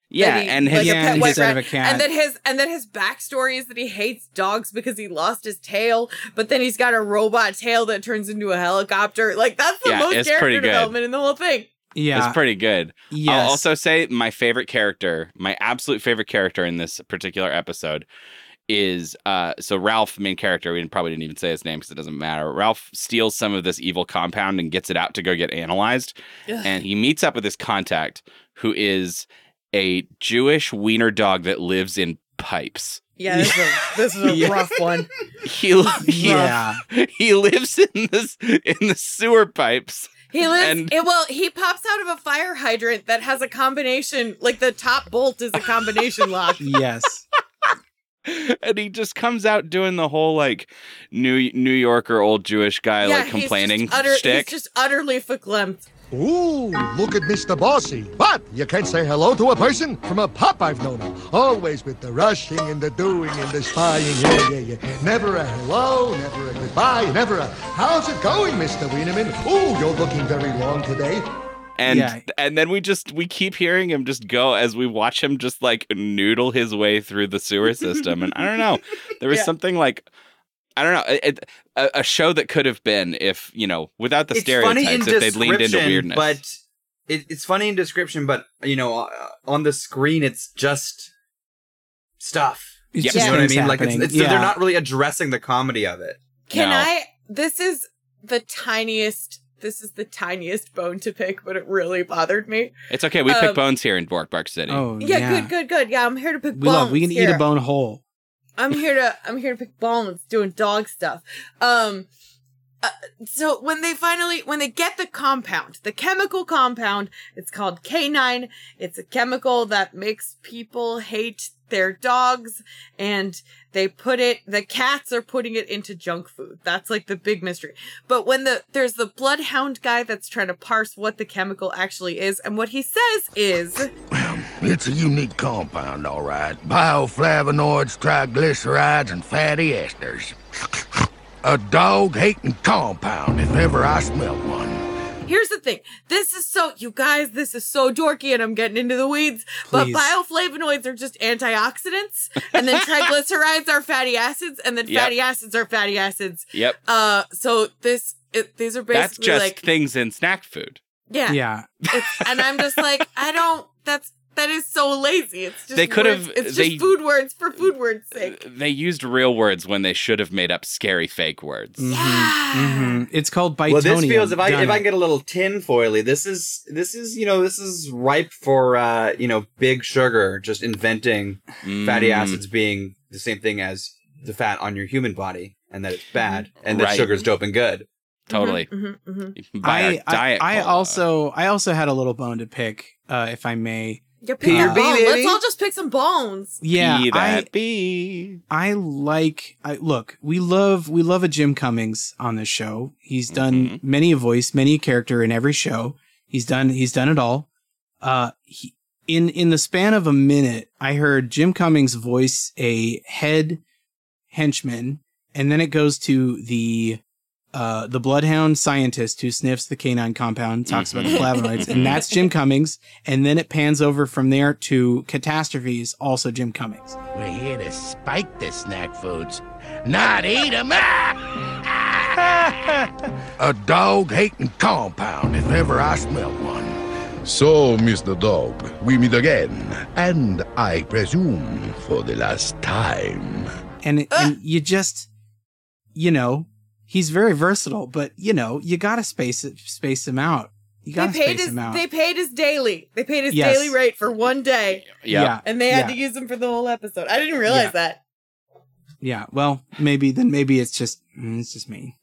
S6: yeah,
S2: that he-
S6: and
S2: like
S6: his
S2: a
S3: yeah,
S2: pet white
S3: instead of
S2: rat,
S3: a cat.
S2: and that his and that his backstory is that he hates dogs because he lost his tail, but then he's got a robot tail that turns into a helicopter. Like that's the
S6: Yeah,
S2: most
S6: it's
S2: character
S6: pretty good.
S2: development in the whole thing.
S3: yeah,
S6: it's pretty good.
S3: yes.
S6: I'll also say my favorite character, my absolute favorite character in this particular episode is uh so Ralph, main character, we didn't, probably didn't even say his name because it doesn't matter. Ralph steals some of this evil compound and gets it out to go get analyzed.
S2: Ugh.
S6: And he meets up with this contact who is a Jewish wiener dog that lives in pipes. *laughs*
S2: Yeah, this is a, this is a
S3: Yeah.
S2: rough one.
S6: He,
S3: *laughs*
S6: he,
S3: yeah.
S6: *laughs* he lives in this in the sewer pipes.
S2: He lives.
S6: And-
S2: it- well, he pops out of a fire hydrant that has a combination. Like the top bolt is a
S3: *laughs*
S2: combination lock.
S3: yes.
S6: and he just comes out doing the whole like New New Yorker old Jewish guy
S2: yeah,
S6: like complaining
S2: He's just, utter- he's
S6: shtick.
S2: just utterly verklempt.
S12: Ooh, look at Mr. Bossy. But you can't say hello to a person from a pup I've known. Always with the rushing and the doing and the spying. Yeah, yeah, yeah. Never a hello, never a goodbye, never a how's it going, Mr. Wienerman? Ooh, you're looking very long today.
S6: and
S3: Yeah.
S6: and then we just we keep hearing him just go as we watch him
S2: *laughs*
S6: just like noodle his way through the sewer system. and I don't know, there was
S2: Yeah.
S6: something like I don't know. It, it- a, a show that could have been if you know without the stereotypes if they'd leaned into
S1: description,
S6: weirdness.
S1: But it, it's funny in description, but you know, uh, on the screen, it's just stuff.
S3: It's
S1: Yeah,
S3: just
S1: you know what I
S3: things
S1: mean? Like it's,
S3: happening.
S1: it's
S3: Yeah.
S1: they're not really addressing the comedy of it.
S2: Can I? This is the tiniest. This is the tiniest bone to pick, but it really bothered me.
S6: It's okay. We
S2: Um,
S6: pick bones here in Bork Bark City.
S3: Oh
S2: Yeah, good, good, good. Yeah, I'm here to pick
S3: We
S2: bones.
S3: love. We can eat
S2: here.
S3: a bone whole.
S2: I'm here to I'm here to pick bones doing dog stuff. Um uh, so when they finally when they get the compound, the chemical compound, it's called canine. It's a chemical that makes people hate their dogs and they put it the cats are putting it into junk food. That's like the big mystery. But when the there's the bloodhound guy that's trying to parse what the chemical actually is and what he says is
S13: It's a unique compound, all right. Bioflavonoids, triglycerides, and fatty esters. A dog hating compound, if ever I smelt one.
S2: Here's the thing. This is so, you guys, this is so dorky and I'm getting into the weeds, but
S13: Please.
S2: bioflavonoids are just antioxidants and
S6: *laughs*
S2: then triglycerides are fatty acids and then
S6: Yep.
S2: fatty acids are fatty acids.
S6: Yep.
S2: Uh, so this, it, these are
S6: That's
S2: basically
S6: just
S2: like,
S6: things in snack food.
S2: yeah.
S3: Yeah.
S2: It's- and I'm just
S6: *laughs*
S2: like, I don't, that's, that is so lazy. It's just,
S6: They could
S2: words-
S6: have-
S2: it's
S6: they- Uh,
S2: just food words for food words sake.
S6: They used real words when they should have made up scary fake words.
S3: Mm.
S6: mm-hmm.
S3: Mhm. It's called Bytonium.
S1: Well, this feels if I
S3: Done
S1: if I
S3: it.
S1: can get a little tinfoily, this is this is you know this is ripe for uh, you know big sugar just inventing fatty
S6: Mm.
S1: acids being the same thing as the fat on your human body, and that it's bad, and that
S6: Mm-hmm. Right.
S1: sugar's dope and good.
S6: mm-hmm. Totally.
S2: Mm-hmm.
S6: By our
S3: Mm-hmm. I, I-
S6: diet
S3: I
S6: cola.
S3: also I also had a little bone to pick, uh, if I may.
S2: Yeah, pick
S3: Peter
S2: a
S3: B,
S2: bone.
S3: baby.
S2: Let's all just pick some bones.
S3: Yeah,
S6: Be that
S3: I, I like. I look. We love. We love a Jim Cummings on this show. He's done many a voice, many a character in every show. He's done. He's done it all. Uh, he, in in the span of a minute, I heard Jim Cummings voice a head henchman, and then it goes to the uh, the bloodhound scientist who sniffs the canine compound, talks
S13: Mhm.
S3: about the flavonoids, and that's Jim Cummings. And then it pans over from there to catastrophes, also Jim Cummings.
S13: We're here to spike the snack foods, not eat 'em. *laughs* A dog hating compound, if ever I smelt one. So, Mr. Dog, we meet again, and I presume for the last time.
S3: And, it, and you just, you know, he's very versatile, but you know, you gotta space it, space him out. You
S2: They
S3: gotta
S2: paid
S3: space
S2: his,
S3: him out.
S2: they paid his daily. They paid his
S3: Yes.
S2: daily rate for one day.
S3: Yeah. Yeah.
S2: And they had
S3: Yeah.
S2: to use them for the whole episode. I didn't realize
S3: Yeah.
S2: that.
S3: yeah. Well, maybe then maybe it's just mm, it's just me.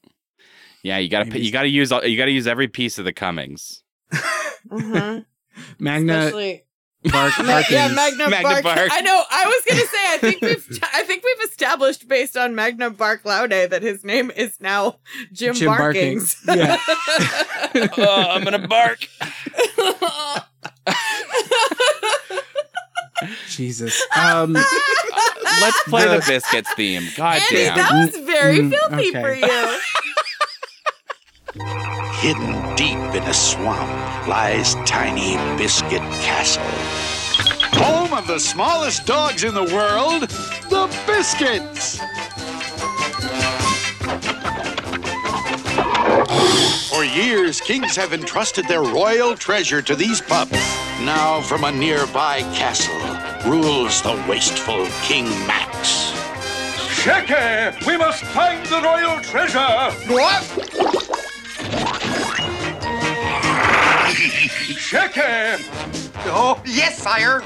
S6: Yeah, you gotta you gotta use all, you gotta use every piece of
S3: *laughs*
S6: the Cummings.
S3: Magna
S2: Especially-
S3: Bark,
S2: Ma- yeah,
S3: Barkins.
S2: *laughs* Magna, Bark. I know. I was gonna say. I think we've. I think we've established based on Magna Bark Laude that his name is now Jim,
S3: Jim
S2: Barkings.
S3: Barkings. Yeah.
S2: *laughs*
S6: oh, I'm gonna bark.
S3: Jesus.
S2: *laughs*
S3: Um,
S6: Let's *laughs* play the, biscuits theme. God
S2: Andy,
S6: damn.
S2: that was very
S3: Mm,
S2: filthy
S3: okay.
S2: for you.
S14: Hidden deep in a swamp lies Tiny Biscuit Castle.
S15: Home of the smallest dogs in the world, the Biscuits. For years, kings have entrusted their royal treasure to these pups.
S14: Now, from a nearby castle, rules the wasteful King Max.
S15: *laughs*
S4: Sheke, we must find the royal treasure. What? Sheke. Oh, yes, sire.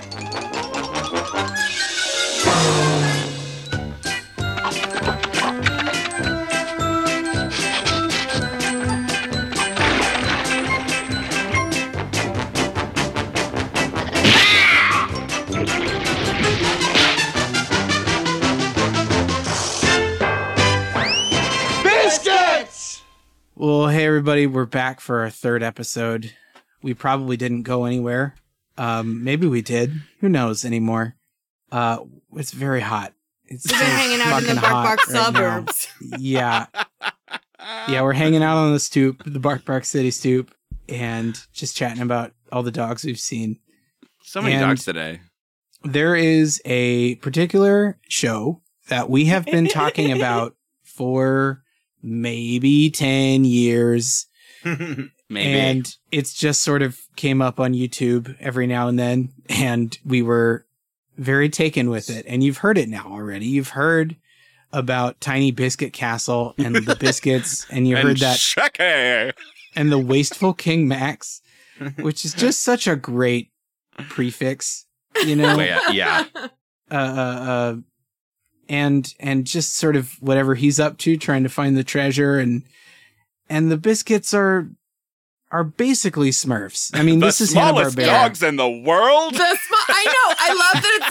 S4: Biscuits!
S3: Well, hey everybody, we're back for our third episode. We probably didn't go anywhere. Um, maybe we did. Who knows anymore? Uh, it's very hot. It's
S2: We've
S3: so
S2: been hanging out in the
S3: fucking
S2: Bark
S3: hot
S2: Bark
S3: right now.
S2: suburbs.
S3: yeah, yeah, we're hanging out on the stoop, the Bark Bark City stoop, and just chatting about all the dogs we've seen.
S6: So many
S3: And-
S6: dogs today.
S2: *laughs*
S3: there is a particular show that we have been talking about for maybe 10 years.
S1: Maybe.
S3: And it's just sort of came up on YouTube every now and then. And we were very taken with it. And you've heard it now already. You've heard about Tiny Biscuit Castle and the biscuits. And you
S6: And
S3: heard that.
S6: Shucky!
S3: and the Wasteful King Max, which is just such a great prefix, you know?
S6: Well, Oh, yeah, yeah.
S3: Uh, uh, uh, and and just sort of whatever he's up to, trying to find the treasure, and and the biscuits are are basically Smurfs. I mean,
S6: *laughs* the
S3: this is Hanna
S6: smallest
S3: Barbera.
S6: dogs in the world.
S2: The sm- I know. I love that it's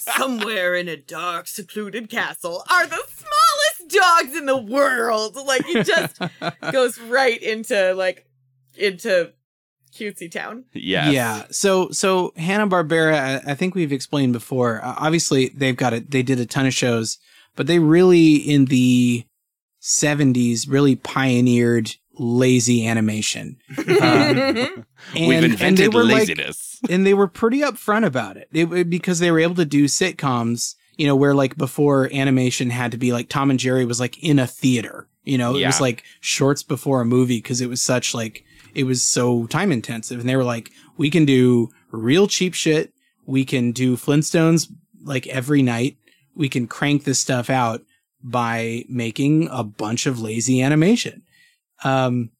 S2: like somewhere in a dark, secluded castle are the smallest dogs in the world. Like it just goes right into like into cutesy town.
S6: Yes.
S3: Yeah. So so Hanna Barbera, I, I think we've explained before. Uh, obviously, they've got it. They did a ton of shows, but they really in the '70s really pioneered lazy animation.
S2: Mm-hmm.
S3: Um,
S6: We've invented
S3: like-
S6: laziness.
S3: and they were pretty upfront about it. It- it because they were able to do sitcoms. You know, where like before animation had to be like Tom and Jerry was like in a theater. You know, it
S6: Yeah.
S3: was like shorts before a movie because it was such like it was so time intensive. And they were like, we can do real cheap shit. We can do Flintstones like every night. We can crank this stuff out by making a bunch of lazy animation. Um,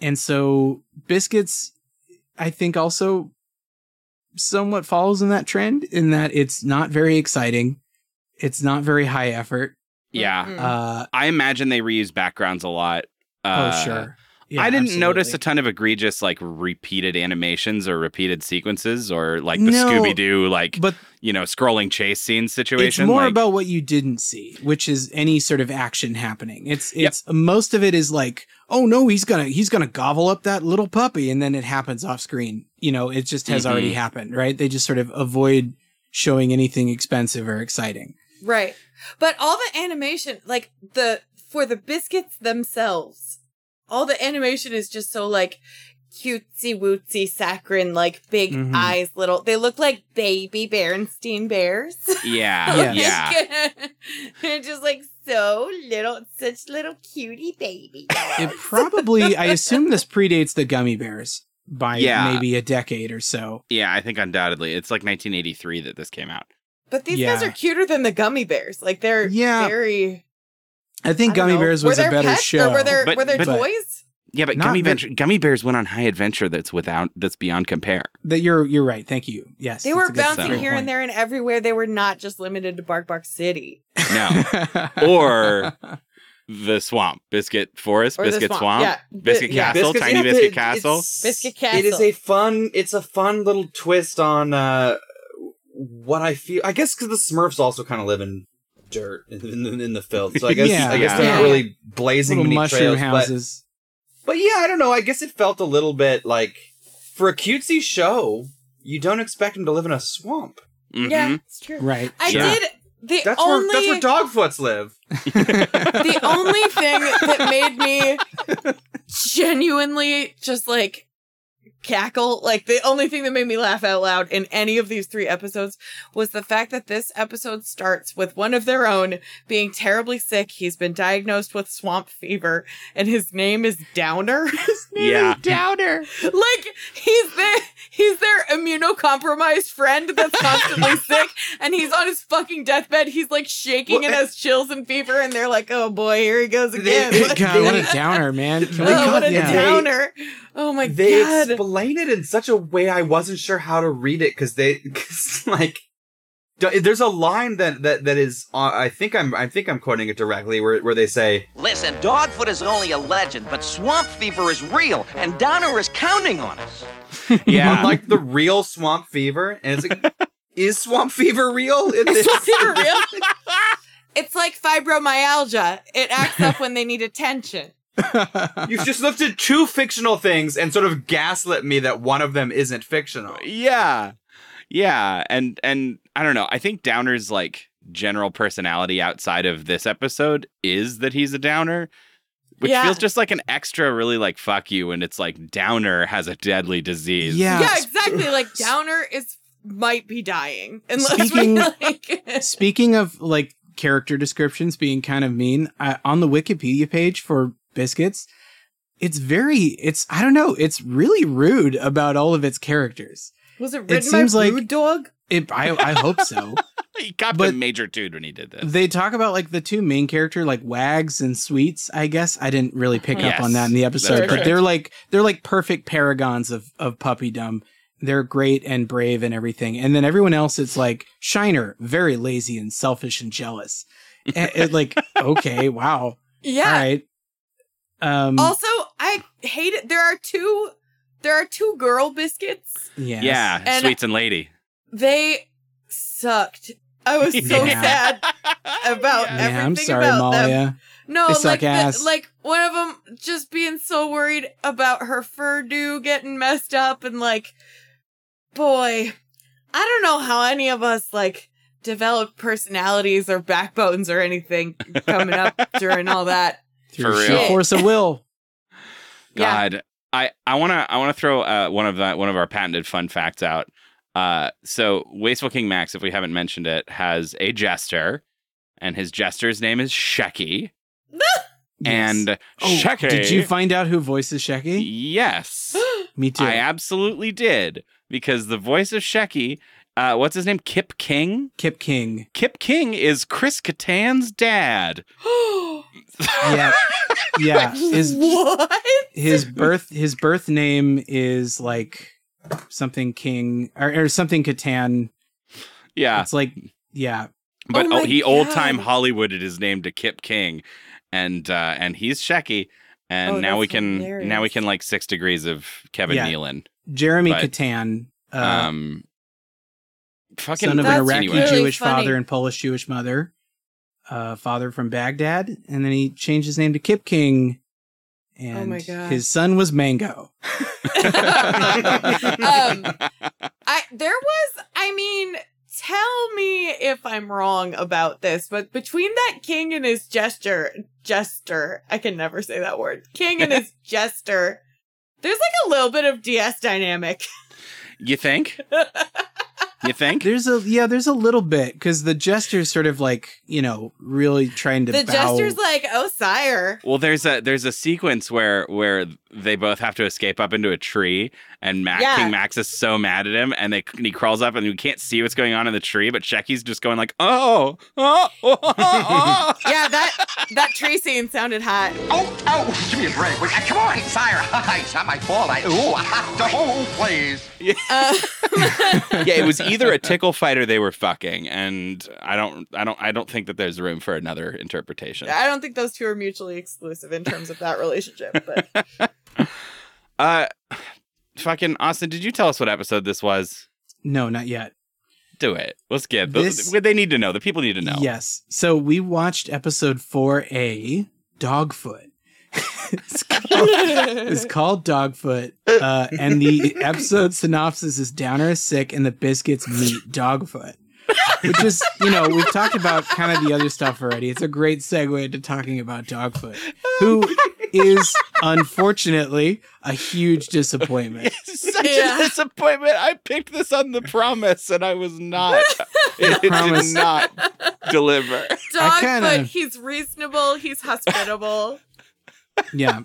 S3: and so biscuits, I think also somewhat follows in that trend in that it's not very exciting. It's not very high effort.
S6: Yeah.
S2: Hmm. Mm-hmm.
S3: Uh,
S6: I imagine they reuse backgrounds a lot. Uh,
S3: oh, sure. Yeah,
S6: I didn't notice
S3: absolutely.
S6: a ton of egregious, like repeated animations or repeated sequences or like the
S3: No,
S6: Scooby Doo, like,
S3: but-
S6: you know, scrolling chase scene
S3: It's
S6: situation.
S3: more
S6: like,
S3: about what you didn't see, which is any sort of action happening. It's it's most of it is like, oh no, he's gonna he's gonna gobble up that little puppy, and then it happens off screen. You know, it just has already
S6: Mhm.
S3: happened, right? They just sort of avoid showing anything expensive or exciting.
S2: Right. But all the animation, like the for the biscuits themselves, all the animation is just so like cutesy wootsy saccharine, like big
S6: Mhm.
S2: eyes, little. They look like baby Berenstein bears.
S6: *laughs*
S3: *laughs*
S2: *laughs*
S6: Yeah.
S2: Like,
S6: Yeah.
S2: *laughs* They're just like so little, such little cutie baby.
S3: *laughs* It probably, I assume, this predates the gummy bears by
S6: Yeah.
S3: maybe a decade or so.
S6: Yeah, I think undoubtedly. It's like 1983 that this came out.
S2: But these guys
S3: Yeah.
S2: are cuter than the gummy bears. Like they're
S3: Yeah.
S2: very.
S3: I think
S2: I don't
S3: Gummy
S2: know.
S3: Bears
S2: Were
S3: was a
S2: there
S3: better
S2: pets or
S3: show.
S2: were there-
S6: But-
S2: were there
S6: but-
S2: toys?
S6: Yeah, but
S3: Not
S6: gummy,
S3: the-
S6: venture, gummy bears went on high adventure. That's without that's
S3: *laughs*
S6: beyond compare.
S3: That you're you're right. Thank you. Yes,
S2: They
S3: that's
S2: were
S3: a good- that's a
S2: bouncing
S3: great
S2: here
S3: point.
S2: and there and everywhere. They were not just limited to Bark Bark City.
S6: No,
S2: *laughs*
S6: or the swamp biscuit forest,
S2: Or the
S6: biscuit swamp,
S2: swamp, yeah. Bi-
S6: biscuit
S2: yeah.
S6: castle,
S1: Biscuits-
S6: tiny
S1: yeah,
S6: biscuit
S1: but
S6: castle.
S1: it's-
S2: Biscuit
S1: It is
S2: Castle.
S1: a fun. It's a fun little twist on uh, what I feel. I guess because the Smurfs also kind of live in dirt in, in, in the filth, so I guess
S3: Yeah.
S1: I guess they're
S3: Yeah.
S1: not really blazing
S3: Little
S1: many
S3: mushroom
S1: trails.
S3: houses.
S1: But, but yeah, I don't know. I guess it felt a little bit like for a cutesy show, you don't expect them to live in a swamp.
S6: Mm-hmm.
S3: Mm-hmm.
S2: Yeah, it's true. *laughs*
S3: Right.
S2: I
S1: Yeah.
S2: did the
S1: That's
S2: only
S1: where that's where dogfoots live.
S2: the only thing that made me genuinely just like cackle like the only thing that made me laugh out loud in any of these three episodes was the fact that this episode starts with one of their own being terribly sick he's been diagnosed with swamp fever and his name is downer
S6: Yeah.
S2: downer like he's their he's their immunocompromised friend that's constantly sick and he's on his fucking deathbed he's like shaking and has chills and fever and they're like oh boy here he goes again *laughs*
S3: God, what a downer, man! Can we
S2: oh, what a
S3: yeah.
S2: downer oh my
S1: they
S2: god
S1: explain it in such a way I wasn't sure how to read it because they *laughs* cause, like d- there's a line that that that is on, I think I'm I think I'm quoting it directly where where they say
S16: Listen, Dogfoot is only a legend, but swamp fever is real, and Donner is counting on us.
S3: *laughs*
S1: yeah like the real swamp fever and it's
S6: *laughs*
S1: like is swamp fever real? It
S2: *laughs* Is
S1: is.
S2: swamp fever real? it's like fibromyalgia it acts up when they need attention
S1: *laughs* You've just looked at two fictional things and sort of gaslit me that one of them isn't fictional.
S6: Oh, Yeah. Yeah, and and I don't know. I think Downer's like general personality outside of this episode is that he's a downer, which
S2: Yeah.
S6: feels just like an extra really like fuck you and it's like Downer has a deadly disease.
S2: yeah exactly like downer is might be dying *laughs* unless
S3: Speaking-
S2: we like *laughs*
S3: Speaking of like character descriptions being kind of mean, uh, on the Wikipedia page for biscuits, it's very, it's, I don't know, it's really rude about all of its characters.
S2: Was it
S3: It
S2: written
S3: seems
S2: by
S3: like-
S2: Rude Dog?
S3: It, I, I
S2: *laughs*
S3: hope so.
S6: he copped a
S3: But-
S6: major dude when he did this.
S3: They talk about like the two main character, like Wags and Sweets. I guess I didn't really pick
S6: Yes,
S3: up on that in the
S6: that's
S3: episode, but
S6: correct.
S3: they're like they're like perfect paragons of of puppydom. They're great and brave and everything, and then everyone else, it's like Shiner, very lazy and selfish and jealous. And
S6: *laughs*
S3: it, like okay, wow,
S2: Yeah.
S3: all right. Um,
S2: Also, I hate it. There are two. There are two girl biscuits.
S3: yes.
S6: Yeah,
S2: And-
S6: sweets and lady.
S2: They sucked. I
S3: *laughs*
S2: was *laughs* so
S6: Yeah. *laughs*
S2: sad about
S3: yeah,
S2: everything
S3: I'm sorry,
S2: about them.
S3: Malia.
S2: No,
S3: They suck
S2: like the-
S3: ass.
S2: like one of them just being so worried about her furdo getting messed up and like boy, I don't know how any of us like developed personalities or backbones or anything coming
S3: *laughs*
S2: up during all that. *gasps*
S6: For real.
S3: Sheer force of will.
S6: God, I I want to I want to throw uh, one of the one of our patented fun facts out. Uh, so Wasteful King Max, if we haven't mentioned it, has a jester, and his jester's name is Shecky. And uh, Shecky,
S3: Oh, Did you find out who voices Shecky? *gasps*
S6: Yes,
S3: Me too.
S6: I absolutely did because the voice of Shecky, uh, what's his name? Kip King.
S3: Kip King.
S6: Kip King is Chris Kattan's dad.
S3: yeah,
S2: *laughs*
S3: yeah. His
S2: what?
S3: his birth his birth name is like something King or, or something Catan.
S6: Yeah,
S3: It's like yeah,
S6: but
S3: Oh
S6: oh
S3: my
S6: he old time
S3: God.
S6: Hollywooded his name to Kip King, and uh, and he's Shecky, and
S3: Oh,
S6: now we
S3: that's
S6: can now we
S3: hilarious.
S6: can like six degrees of Kevin
S3: Yeah.
S6: Nealon.
S3: Jeremy
S6: But,
S3: Catan, uh,
S6: um, fucking
S3: son of an
S6: That's
S3: Iraqi
S6: really
S3: Jewish
S2: funny.
S3: father and Polish Jewish mother. Uh, father from Baghdad, and then he changed his name to Kip King, and
S2: Oh my God.
S3: his son was Mango. *laughs*
S2: um, I there was. I mean, tell me if I'm wrong about this, but between that king and his gesture, jester, I can never say that word. King and
S3: *laughs*
S2: his jester, there's like a little bit of DS dynamic.
S6: *laughs*
S3: *laughs*
S6: you think? You think?
S3: There's a yeah, there's a little bit because the jester's sort of like you know really trying to
S2: The
S3: bow.
S2: jester's like, oh sire,
S6: Well, there's a there's a sequence where where they both have to escape up into a tree, and Mac,
S2: Yeah.
S6: King Max is so mad at him, and they and he crawls up, and we can't see what's going on in the tree, but Shecky's just going like, oh, oh, oh, oh, oh.
S2: yeah. That that tree scene sounded hot.
S17: Oh, oh, give me a break. Wait, Come on, sire. It's not my fault. *laughs* I, *laughs* oh, oh, please.
S6: yeah, it was either a tickle fight or they were fucking, and I don't, I don't, I don't think that there's room for another interpretation.
S2: I don't think those two are mutually exclusive in terms of that relationship,
S3: *laughs*
S2: but
S6: Uh, fucking Austin, did you tell us what episode this was?
S3: no, not yet.
S6: Do it. Let's get the-
S3: This-
S6: they need to know. The people need to know.
S3: Yes. So we watched episode 4A, Dogfoot. *laughs* it's, called, it's called Dogfoot. Uh, and the episode synopsis is Downer is sick and the biscuits meet Dogfoot. Which is, you know, we've talked about kind of the other stuff already. It's a great segue to talking about Dogfoot, who is unfortunately a huge disappointment.
S6: *laughs* Such a disappointment. I picked this on the promise, and I was
S2: *laughs*
S6: not. it
S3: promise.
S6: did not deliver.
S2: dog,
S3: kinda-
S2: but he's reasonable. He's hospitable.
S3: Yeah.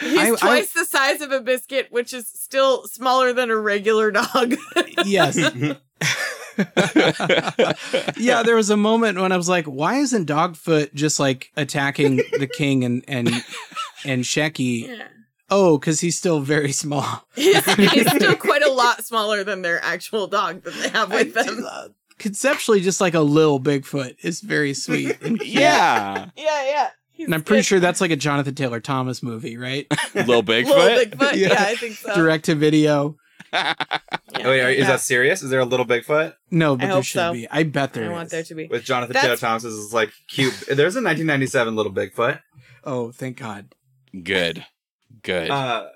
S2: He's
S3: I- I-
S2: twice the size of a biscuit, which is still smaller than a regular dog. *laughs*
S3: Yes. yeah, there was a moment when I was like, why isn't Dogfoot just like attacking the king and and and Shecky? Oh, because he's still very small.
S2: he's, he's still quite a lot smaller than their actual dog that they have *laughs*
S1: *laughs*
S2: with them.
S3: Uh, Conceptually, just like a little Bigfoot is
S2: *laughs*
S3: very sweet. And, cute.
S6: Yeah.
S2: Yeah, yeah.
S3: and I'm pretty sure that's like a Jonathan Taylor Thomas movie, right?
S6: Little Bigfoot.
S2: Little
S3: *laughs*
S2: Bigfoot. *laughs* Yeah. I think so.
S3: Direct to video.
S1: Oh, wait, are- is
S2: Yeah.
S1: that serious? Is there a little Bigfoot?
S3: No, but
S2: I
S3: there
S2: hope
S3: should
S2: so.
S3: be. I bet there
S2: I
S3: is.
S2: want there to be.
S1: With Jonathan
S2: That's-
S1: Taylor Thomas is like cute. There's a 1997 Little Bigfoot.
S3: Oh, thank God.
S6: Good. Good.
S2: Oh,
S1: Uh,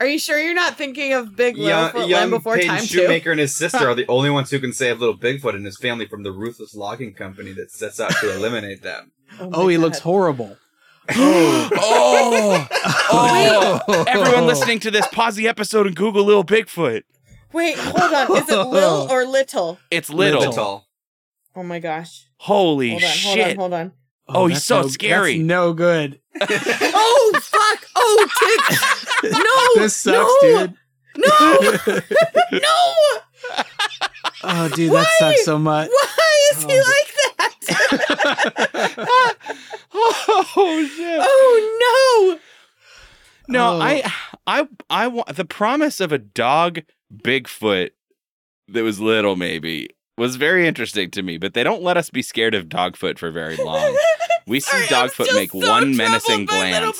S2: Are you sure you're not thinking of Big
S1: young
S2: Littlefoot Land
S1: young
S2: Before
S1: Peyton
S2: Time
S1: Shoemaker
S2: too?
S1: and
S2: *laughs*
S1: his sister are the only ones who can save Little Bigfoot and his family from the ruthless logging company that sets out to eliminate
S3: *laughs*
S1: them.
S3: Oh, he looks
S2: *gasps*
S3: horrible.
S6: oh, oh. Everyone listening to this, pause the episode and Google Little Bigfoot.
S3: *laughs*
S2: Wait, hold on. Is it Lil or Little?
S6: It's little.
S1: Little.
S2: Oh my gosh.
S6: Holy
S2: hold on,
S6: shit. *laughs*
S2: Hold on, hold on.
S6: Oh, he's
S3: that's
S6: so
S3: no-
S6: scary.
S3: that's no good.
S2: oh fuck! Oh
S3: *laughs*
S2: tick! No!
S3: This sucks,
S2: no! No!
S3: dude. *laughs*
S2: no! *laughs*
S3: Oh, dude, that sucks so much.
S2: Why is he like
S6: *laughs*
S2: that?
S6: oh shit!
S2: Oh
S6: no!
S3: Oh.
S6: No, I, I, I want the promise of a dog Bigfoot that was little, maybe, was very interesting to me. But they don't let us be scared of Dogfoot for
S2: *laughs*
S6: very long. We see Dogfoot make one menacing glance.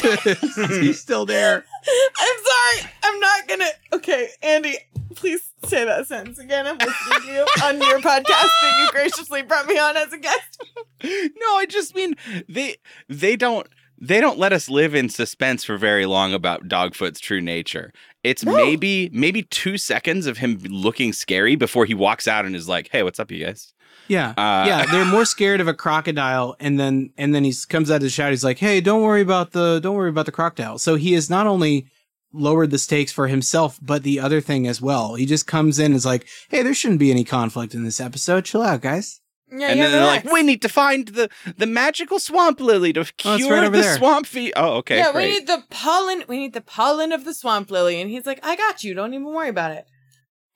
S3: He's still there.
S2: *laughs* I'm sorry. I'm not gonna. Okay, Andy, please say that sentence again. I'm listening to you on your podcast that
S6: *laughs*
S2: you graciously brought me on as a guest.
S6: No, I just mean they they don't they don't let us live in suspense for very long about Dogfoot's true nature. It's maybe maybe two seconds of him looking scary before he walks out and is like, "Hey, what's up, you guys?"
S3: Yeah,
S6: Uh,
S3: yeah. They're more scared of a crocodile, and then and then he comes out of the shout. He's like, "Hey, don't worry about the don't worry about the crocodile." So he has not only lowered the stakes for himself, but the other thing as well. He just comes in and is like, "Hey, there shouldn't be any conflict in this episode. Chill out, guys."
S2: Yeah,
S6: and then they're like, "We need to find the the magical swamp lily
S2: Oh,
S6: to
S3: right
S6: cure
S3: over
S6: the
S3: there.
S6: swamp fever." Oh, okay,
S2: yeah,
S6: great.
S2: we need *laughs* the pollen. We need the pollen of the swamp lily, and he's like, "I got you. Don't even worry about it."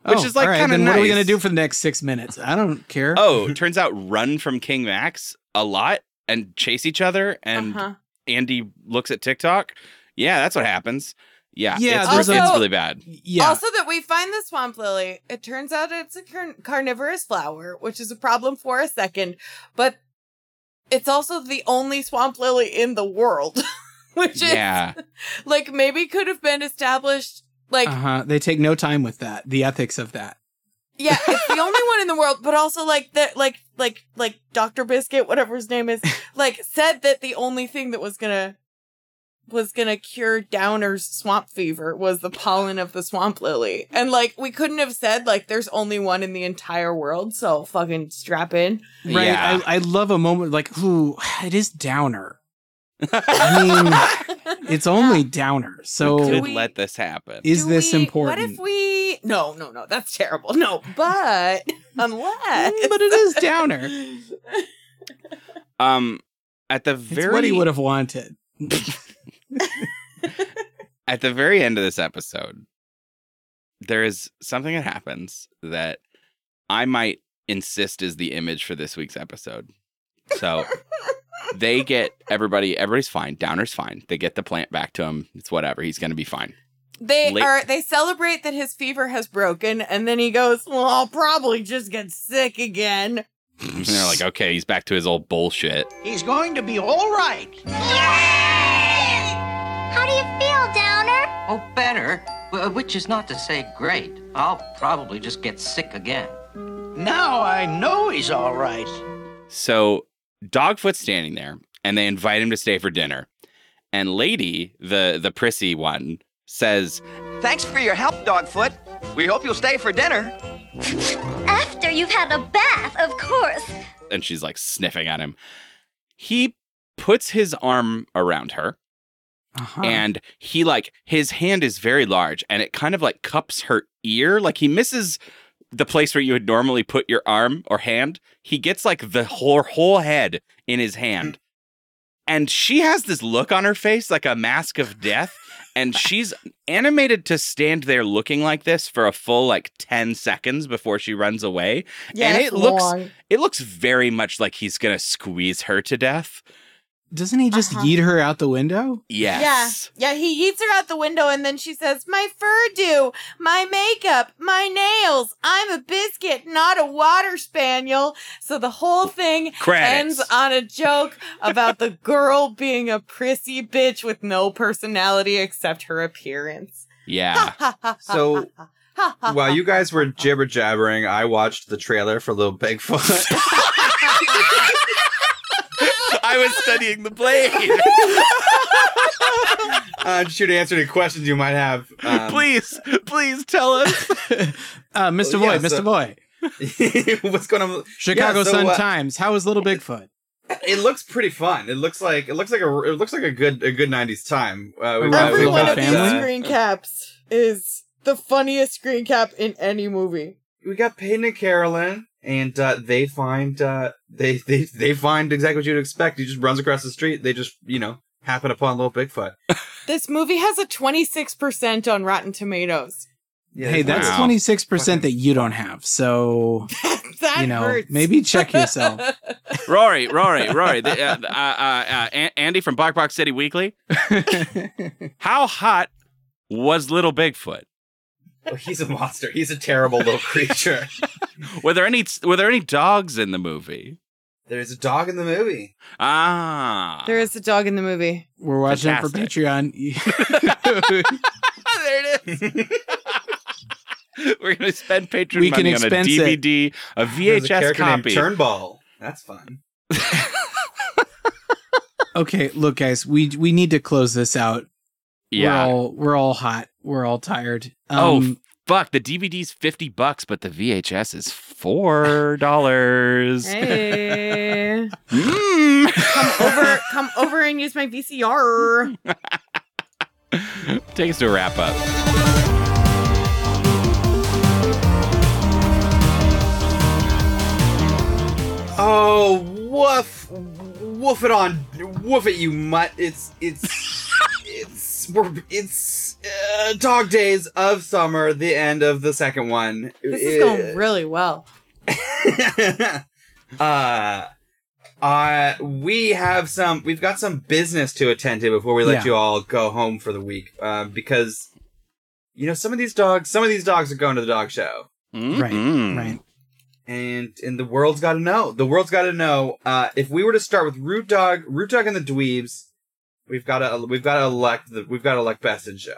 S6: Which is, like,
S3: Oh, all right,
S6: kinda
S3: then What are we
S6: nice.
S3: gonna do for the next six minutes? I don't care.
S6: oh, turns out run from King Max a lot and chase each other, and
S2: Uh-huh.
S6: Andy looks at TikTok. Yeah, that's what happens. Yeah,
S3: Yeah,
S6: it's,
S3: there's
S6: it's
S2: a-
S6: really bad.
S3: yeah.
S2: Also, that we find the swamp lily. It turns out it's a car- carnivorous flower, which is a problem for a second, but it's also the only swamp lily in the world, *laughs* which
S6: Yeah.
S2: is like maybe could have been established. Like,
S3: uh-huh. they take no time with that. The ethics of that.
S2: yeah, it's the only one in the world, but also like that, like, like, like Doctor Biscuit, whatever his name is, like said that the only thing that was gonna was gonna cure Downer's swamp fever was the pollen of the swamp lily, and like we couldn't have said like there's only one in the entire world, so fucking strap in.
S3: Right.
S6: Yeah.
S3: I, I love a moment like, ooh, *sighs* it is downer.
S6: *laughs*
S2: *laughs*
S3: I mean, it's only downer. So
S6: we could let this happen.
S3: *laughs* is this
S2: What
S3: important?
S2: if we? No, no, no, that's terrible. No,
S3: *laughs*
S2: but unless,
S3: Mm, but it
S2: *laughs*
S3: is downer.
S6: Um, at the
S3: It's
S6: very
S3: what he would have wanted.
S6: at the very end of this episode, there is something that happens that I might insist is the image for this week's episode. *laughs* So they get everybody, everybody's fine. Downer's fine. They get the plant back to him. It's whatever. He's going to be fine.
S2: They
S6: Late-
S2: are they celebrate that his fever has broken and then he goes, "Well, I'll probably just get sick again."
S6: And they're like, okay, he's back to his old bullshit.
S11: He's going to be all right.
S7: How do you feel, Downer?
S11: Oh, better. W- Which is not to say great. I'll probably just get sick again. Now I know he's all right.
S6: So Dogfoot's standing there, and they invite him to stay for dinner. And Lady, the the prissy one, says,
S16: Thanks for your help, Dogfoot. We hope you'll stay for dinner.
S7: After you've had a bath, of course.
S6: and she's like sniffing at him. He puts his arm around her,
S3: Uh-huh.
S6: and he like his hand is very large, and it kind of like cups her ear, like he misses the place where you would normally put your arm or hand. He gets like the whole whole head in his hand. and she has this look on her face like a mask of death and she's animated to stand there looking like this for a full like 10 seconds before she runs away
S2: Yeah,
S6: and
S2: it's
S6: it looks
S2: long.
S6: it looks very much like he's gonna squeeze her to death
S3: Doesn't he just
S2: Uh-huh.
S3: yeet her out the window?
S6: yes
S2: Yeah. Yeah, he yeets her out the window and then she says, "My furdo, my makeup, my nails. I'm a biscuit, not a water spaniel." So the whole thing
S6: Credits.
S2: ends on a joke about
S6: *laughs*
S2: the girl being a prissy bitch with no personality except her appearance.
S6: yeah
S1: So while you guys were jibber jabbering, I watched the trailer for Little
S3: *laughs*
S1: Bigfoot.
S6: i was studying the blade
S1: I'm sure to answer any questions you might have. Um,
S6: please please tell us
S3: Uh, Mr.
S1: Well, yeah,
S3: Boy,
S1: so-
S3: Mr. Boy.
S1: *laughs* What's going on? with-
S3: Chicago
S1: Yeah, so,
S3: Sun
S1: uh,
S3: Times. How is Little Bigfoot?
S1: It looks pretty fun. It looks like it looks like a it looks like a good a good '90s time. Uh, we-
S3: Every
S1: we
S2: Every one of
S1: watched,
S2: these
S1: uh,
S2: screen caps is the funniest screen cap in any movie.
S1: we got Peyton and Carolyn. and uh, they find uh, they they they find exactly what you'd expect. He just runs across the street. They just you know happen upon little Bigfoot.
S2: This movie has a 26% on Rotten Tomatoes. *laughs*
S3: hey, that's
S1: wow.
S3: twenty six percent that you don't have. So
S2: That
S3: you know,
S2: hurts.
S3: maybe
S2: *laughs*
S3: check yourself.
S6: *laughs* Rory, Rory, Rory. The, uh, uh, uh, uh, An- Andy from Black Box City Weekly. How hot was Little Bigfoot?
S1: Oh, he's a monster. He's a terrible little creature.
S6: Were there any Were there any dogs in the movie?
S1: there is a dog in the movie.
S6: Ah,
S2: There
S6: *laughs*
S2: is a dog in the movie.
S3: We're watching it for Patreon.
S6: there it is. We're gonna spend patron
S3: We can
S6: money on a
S3: expense it.
S6: DVD, a
S1: There's a
S6: VHS
S1: character named
S6: copy.
S1: Turnbull. That's fun.
S3: *laughs* okay, look, guys, we we need to close this out.
S6: Yeah.
S3: we're all, we're all hot. We're all tired. Um,
S6: oh fuck! The DVD's fifty bucks, but the VHS is four dollars.
S2: Hey.
S6: Mm. *laughs*
S2: come over come over and use my VCR.
S6: Take us to a wrap up.
S1: Oh, woof, woof it on, woof it, you mutt. It's it's it's we're it's uh, dog days of summer. The end of the second one.
S2: This is going really well.
S1: *laughs* uh, uh, we have some. We've got some business to attend to before we let
S3: Yeah.
S1: you all go home for the week, uh, because you know some of these dogs. Some of these dogs are going to the dog show
S6: mm.
S3: Right,
S6: Mm-hmm.
S3: right.
S1: and and the world's got to know. The world's got to know. Uh, if we were to start with Root Dog, Root Dog and the Dweebs, we've got to we've got to elect the we've got to elect best in show.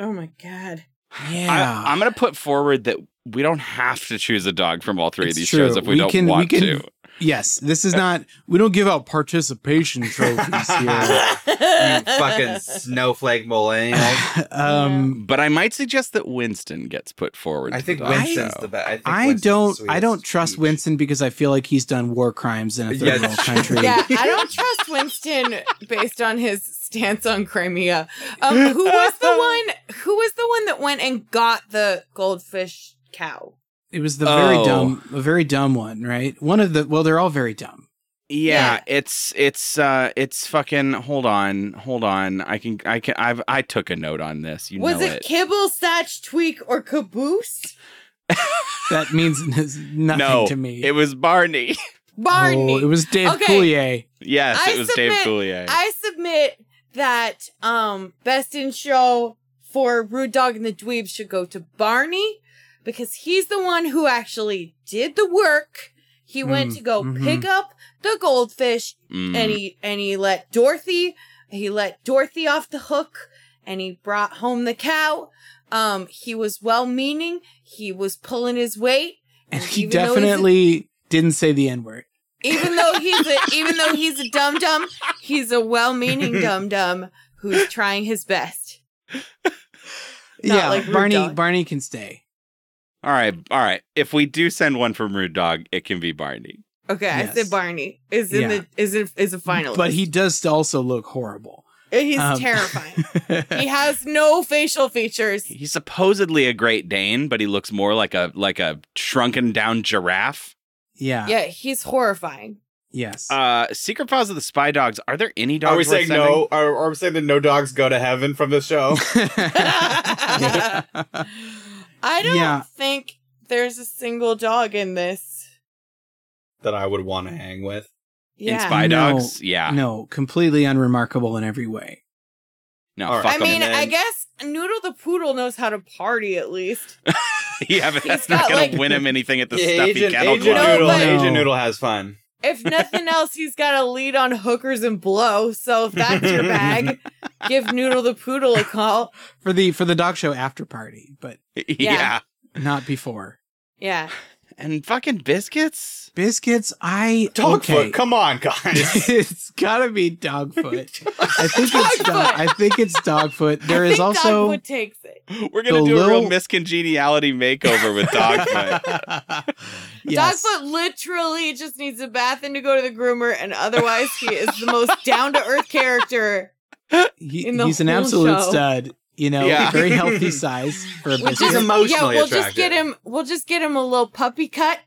S2: Oh my god.
S3: Yeah.
S6: I, am gonna put forward that we don't have to choose a dog from all three of
S3: It's
S6: these
S3: true.
S6: shows if we, don't want to.
S3: Yes, this is not. We don't give out participation trophies
S6: *laughs*
S3: here. *laughs*
S1: you
S2: *laughs*
S1: fucking snowflake millennials.
S3: Um,
S6: But I might suggest that Winston gets put forward.
S1: I
S6: to
S1: think
S6: the dog
S1: Winston's
S6: show.
S1: the best. I, think
S3: I
S1: Winston's
S3: don't.
S1: the
S3: I don't trust Winston because I feel like he's done war crimes in a
S1: Yeah,
S3: third world
S1: that's true.
S3: country.
S2: *laughs* Yeah, I don't trust Winston based on his stance on Crimea. Um, who was the one? Who was the one that went and got the goldfish cow?
S3: It was the very
S6: Oh.
S3: dumb, a very dumb one, right? One of the. Well, they're all very dumb.
S6: Yeah, it's it's uh it's fucking. Hold on, hold on. I can I can I've I took a note on this. You
S2: was
S6: know
S2: it, Kibble, Satch, Tweak, or Caboose?
S3: That means *laughs* nothing
S6: no,
S3: to me.
S6: it was Barney. *laughs*
S2: Barney.
S3: Oh, it was Dave
S2: Okay.
S3: Coulier.
S6: yes,
S2: I
S6: it was
S2: submit,
S6: Dave Coulier.
S2: I submit that um best in show for Rude Dog and the Dweeb should go to Barney because he's the one who actually did the work. He went
S6: Mm,
S2: to go
S6: mhm.
S2: pick up the goldfish
S6: Mm.
S2: and he and he let Dorothy he let Dorothy off the hook and he brought home the cow. Um he was well meaning, he was pulling his weight.
S3: And he
S2: even though he's a-
S3: definitely didn't say the N word.
S2: even though he's
S3: *laughs*
S2: a even though he's a dum dum, he's a well meaning
S3: *laughs*
S2: dum dum who's trying his best. Not
S3: Yeah,
S2: like Rude
S3: Barney.
S2: Dog.
S3: Barney can stay.
S6: all right, all right. If we do send one from Rude Dog, it can be Barney.
S2: Okay, I
S3: Yes.
S2: said Barney is in
S3: Yeah.
S2: the is in, is a finalist,
S3: But he does also look horrible. *laughs*
S2: he's
S3: um,
S2: terrifying.
S3: *laughs*
S2: he has no facial features.
S6: He's supposedly a Great Dane, but he looks more like a like a shrunken down giraffe.
S3: Yeah.
S2: Yeah, he's horrifying.
S3: Yes.
S6: Uh, Secret Files of the Spy Dogs. Are there any dogs?
S1: Are we
S6: worth
S1: saying
S6: sending?
S1: no? Are, are we saying that no dogs go to heaven from the *laughs* show?
S2: I don't
S1: Yeah.
S2: think there's a single dog in this.
S1: that I would want to hang with.
S2: Yeah.
S3: No, No, completely unremarkable in every way.
S6: No,
S2: I mean, I guess Noodle the Poodle knows how to party at least.
S6: *laughs* yeah, but that's
S2: got,
S6: not gonna
S2: like-
S6: win him anything at the
S1: Yeah,
S6: stuffy
S1: Agent-
S6: kennel
S1: Agent
S6: club.
S1: Noodle- No, but- Agent Noodle has fun.
S2: If nothing else, he's got a lead on hookers and blow. So if that's your bag, give Noodle the Poodle a call.
S3: For the for the dog show after party, but
S6: *laughs* yeah.
S3: not before.
S2: Yeah.
S6: And fucking biscuits?
S3: Biscuits, I
S1: Dogfoot,
S3: okay.
S1: come on, guys.
S3: *laughs* it's gotta be Dogfoot. I think it's dog, I think it's Dogfoot. There is also
S2: Dogwood takes it.
S6: We're gonna
S3: The
S6: do a real
S3: little-
S6: miscongeniality makeover with *laughs* Dogfoot.
S3: Yes.
S2: Dogfoot literally just needs a bath and to go to the groomer, and otherwise he is the most down to earth character.
S3: he-
S2: in the
S3: he's an
S2: whole
S3: absolute
S2: show.
S3: stud. You know,
S1: Yeah.
S3: very healthy size for a
S1: Which is
S3: biscuit.
S1: emotionally
S2: yeah, we'll just
S1: attractive.
S2: get him. We'll just get him a little puppy cut,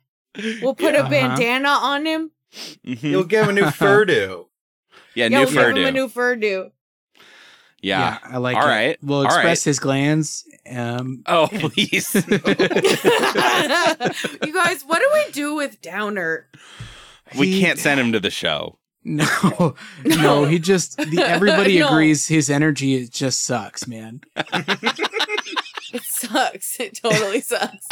S2: We'll put a
S6: Yeah. Uh-huh.
S2: bandana on him.
S1: *laughs* You'll give him a new *laughs* furdo.
S6: Mm-hmm. Yeah,
S2: yeah,
S6: new
S2: we'll give him
S6: furdo.
S2: a new furdo.
S6: yeah.
S3: I like
S6: All
S3: it.
S6: right.
S3: We'll
S6: All
S3: express
S6: right.
S3: his glands. Um,
S6: Oh, please.
S2: *laughs* you guys, what do we do with Downer?
S3: *laughs*
S6: *laughs* we can't send him to the show.
S2: *laughs*
S3: no, no, he just, the, everybody
S2: No.
S3: agrees his energy it just sucks, man.
S2: It sucks. It totally sucks.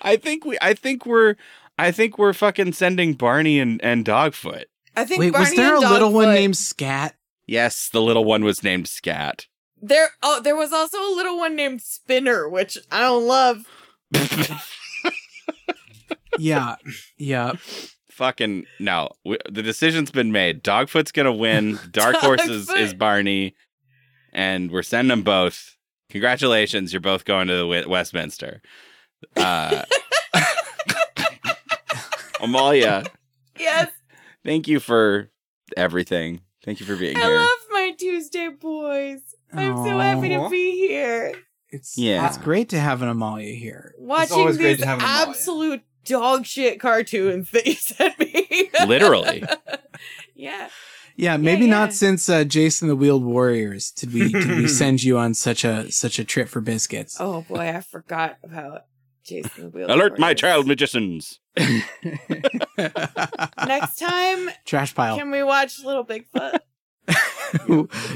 S6: I think we I think we're I think we're fucking sending Barney and, and Dogfoot.
S2: I think
S3: Wait,
S2: Barney
S3: was there a
S2: and Dog-
S3: little one named Scat?
S6: Yes, the little one was named *laughs* Scat.
S2: there oh there was also a little one named Spinner, which I don't love.
S3: Yeah, yeah.
S6: Fucking no. We, the decision's been made. Dogfoot's gonna *laughs* win. Dark Horse is, is
S2: Dogfoot.
S6: Barney, and we're sending them both. Congratulations, you're both going to the Wi- Westminster. Uh, *laughs* Amalia,
S2: Yes,
S6: thank you for everything. Thank you for being
S2: I
S6: here.
S2: love my Tuesday boys. I'm so happy
S3: Aw.
S2: to be here.
S3: It's
S6: Yeah.
S3: it's great to have an Amalia here.
S2: Watching
S3: always great
S2: these
S3: to have an Amalia.
S2: absolute dog shit cartoons that you sent me. *laughs*
S6: *laughs* Literally.
S2: yeah.
S3: Yeah, maybe not since uh, Jason the Wheeled Warriors did we did
S6: *laughs*
S3: we send you on such a such a trip for biscuits. *laughs*
S2: Oh boy, I forgot about Jason the Wheel.
S6: Alert my child magicians.
S2: Next time,
S3: Trash pile.
S2: can we watch Little *laughs* Bigfoot?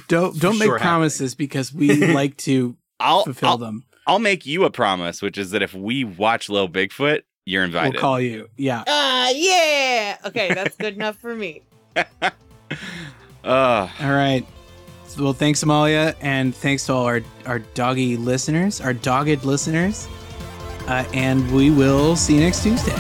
S3: don't don't make
S6: Sure
S3: promises because we like to
S6: *laughs* I'll
S3: fulfill
S6: I'll-
S3: them.
S6: I'll make you a promise, which is that if we watch Little Bigfoot, you're
S3: We'll
S6: invited.
S3: call you. Yeah.
S2: Ah, yeah. Okay, that's good enough for me.
S6: Uh,
S3: All right. Well, thanks, Amalia, and thanks to all our our doggy listeners, our dogged listeners, uh, and we will see you next Tuesday.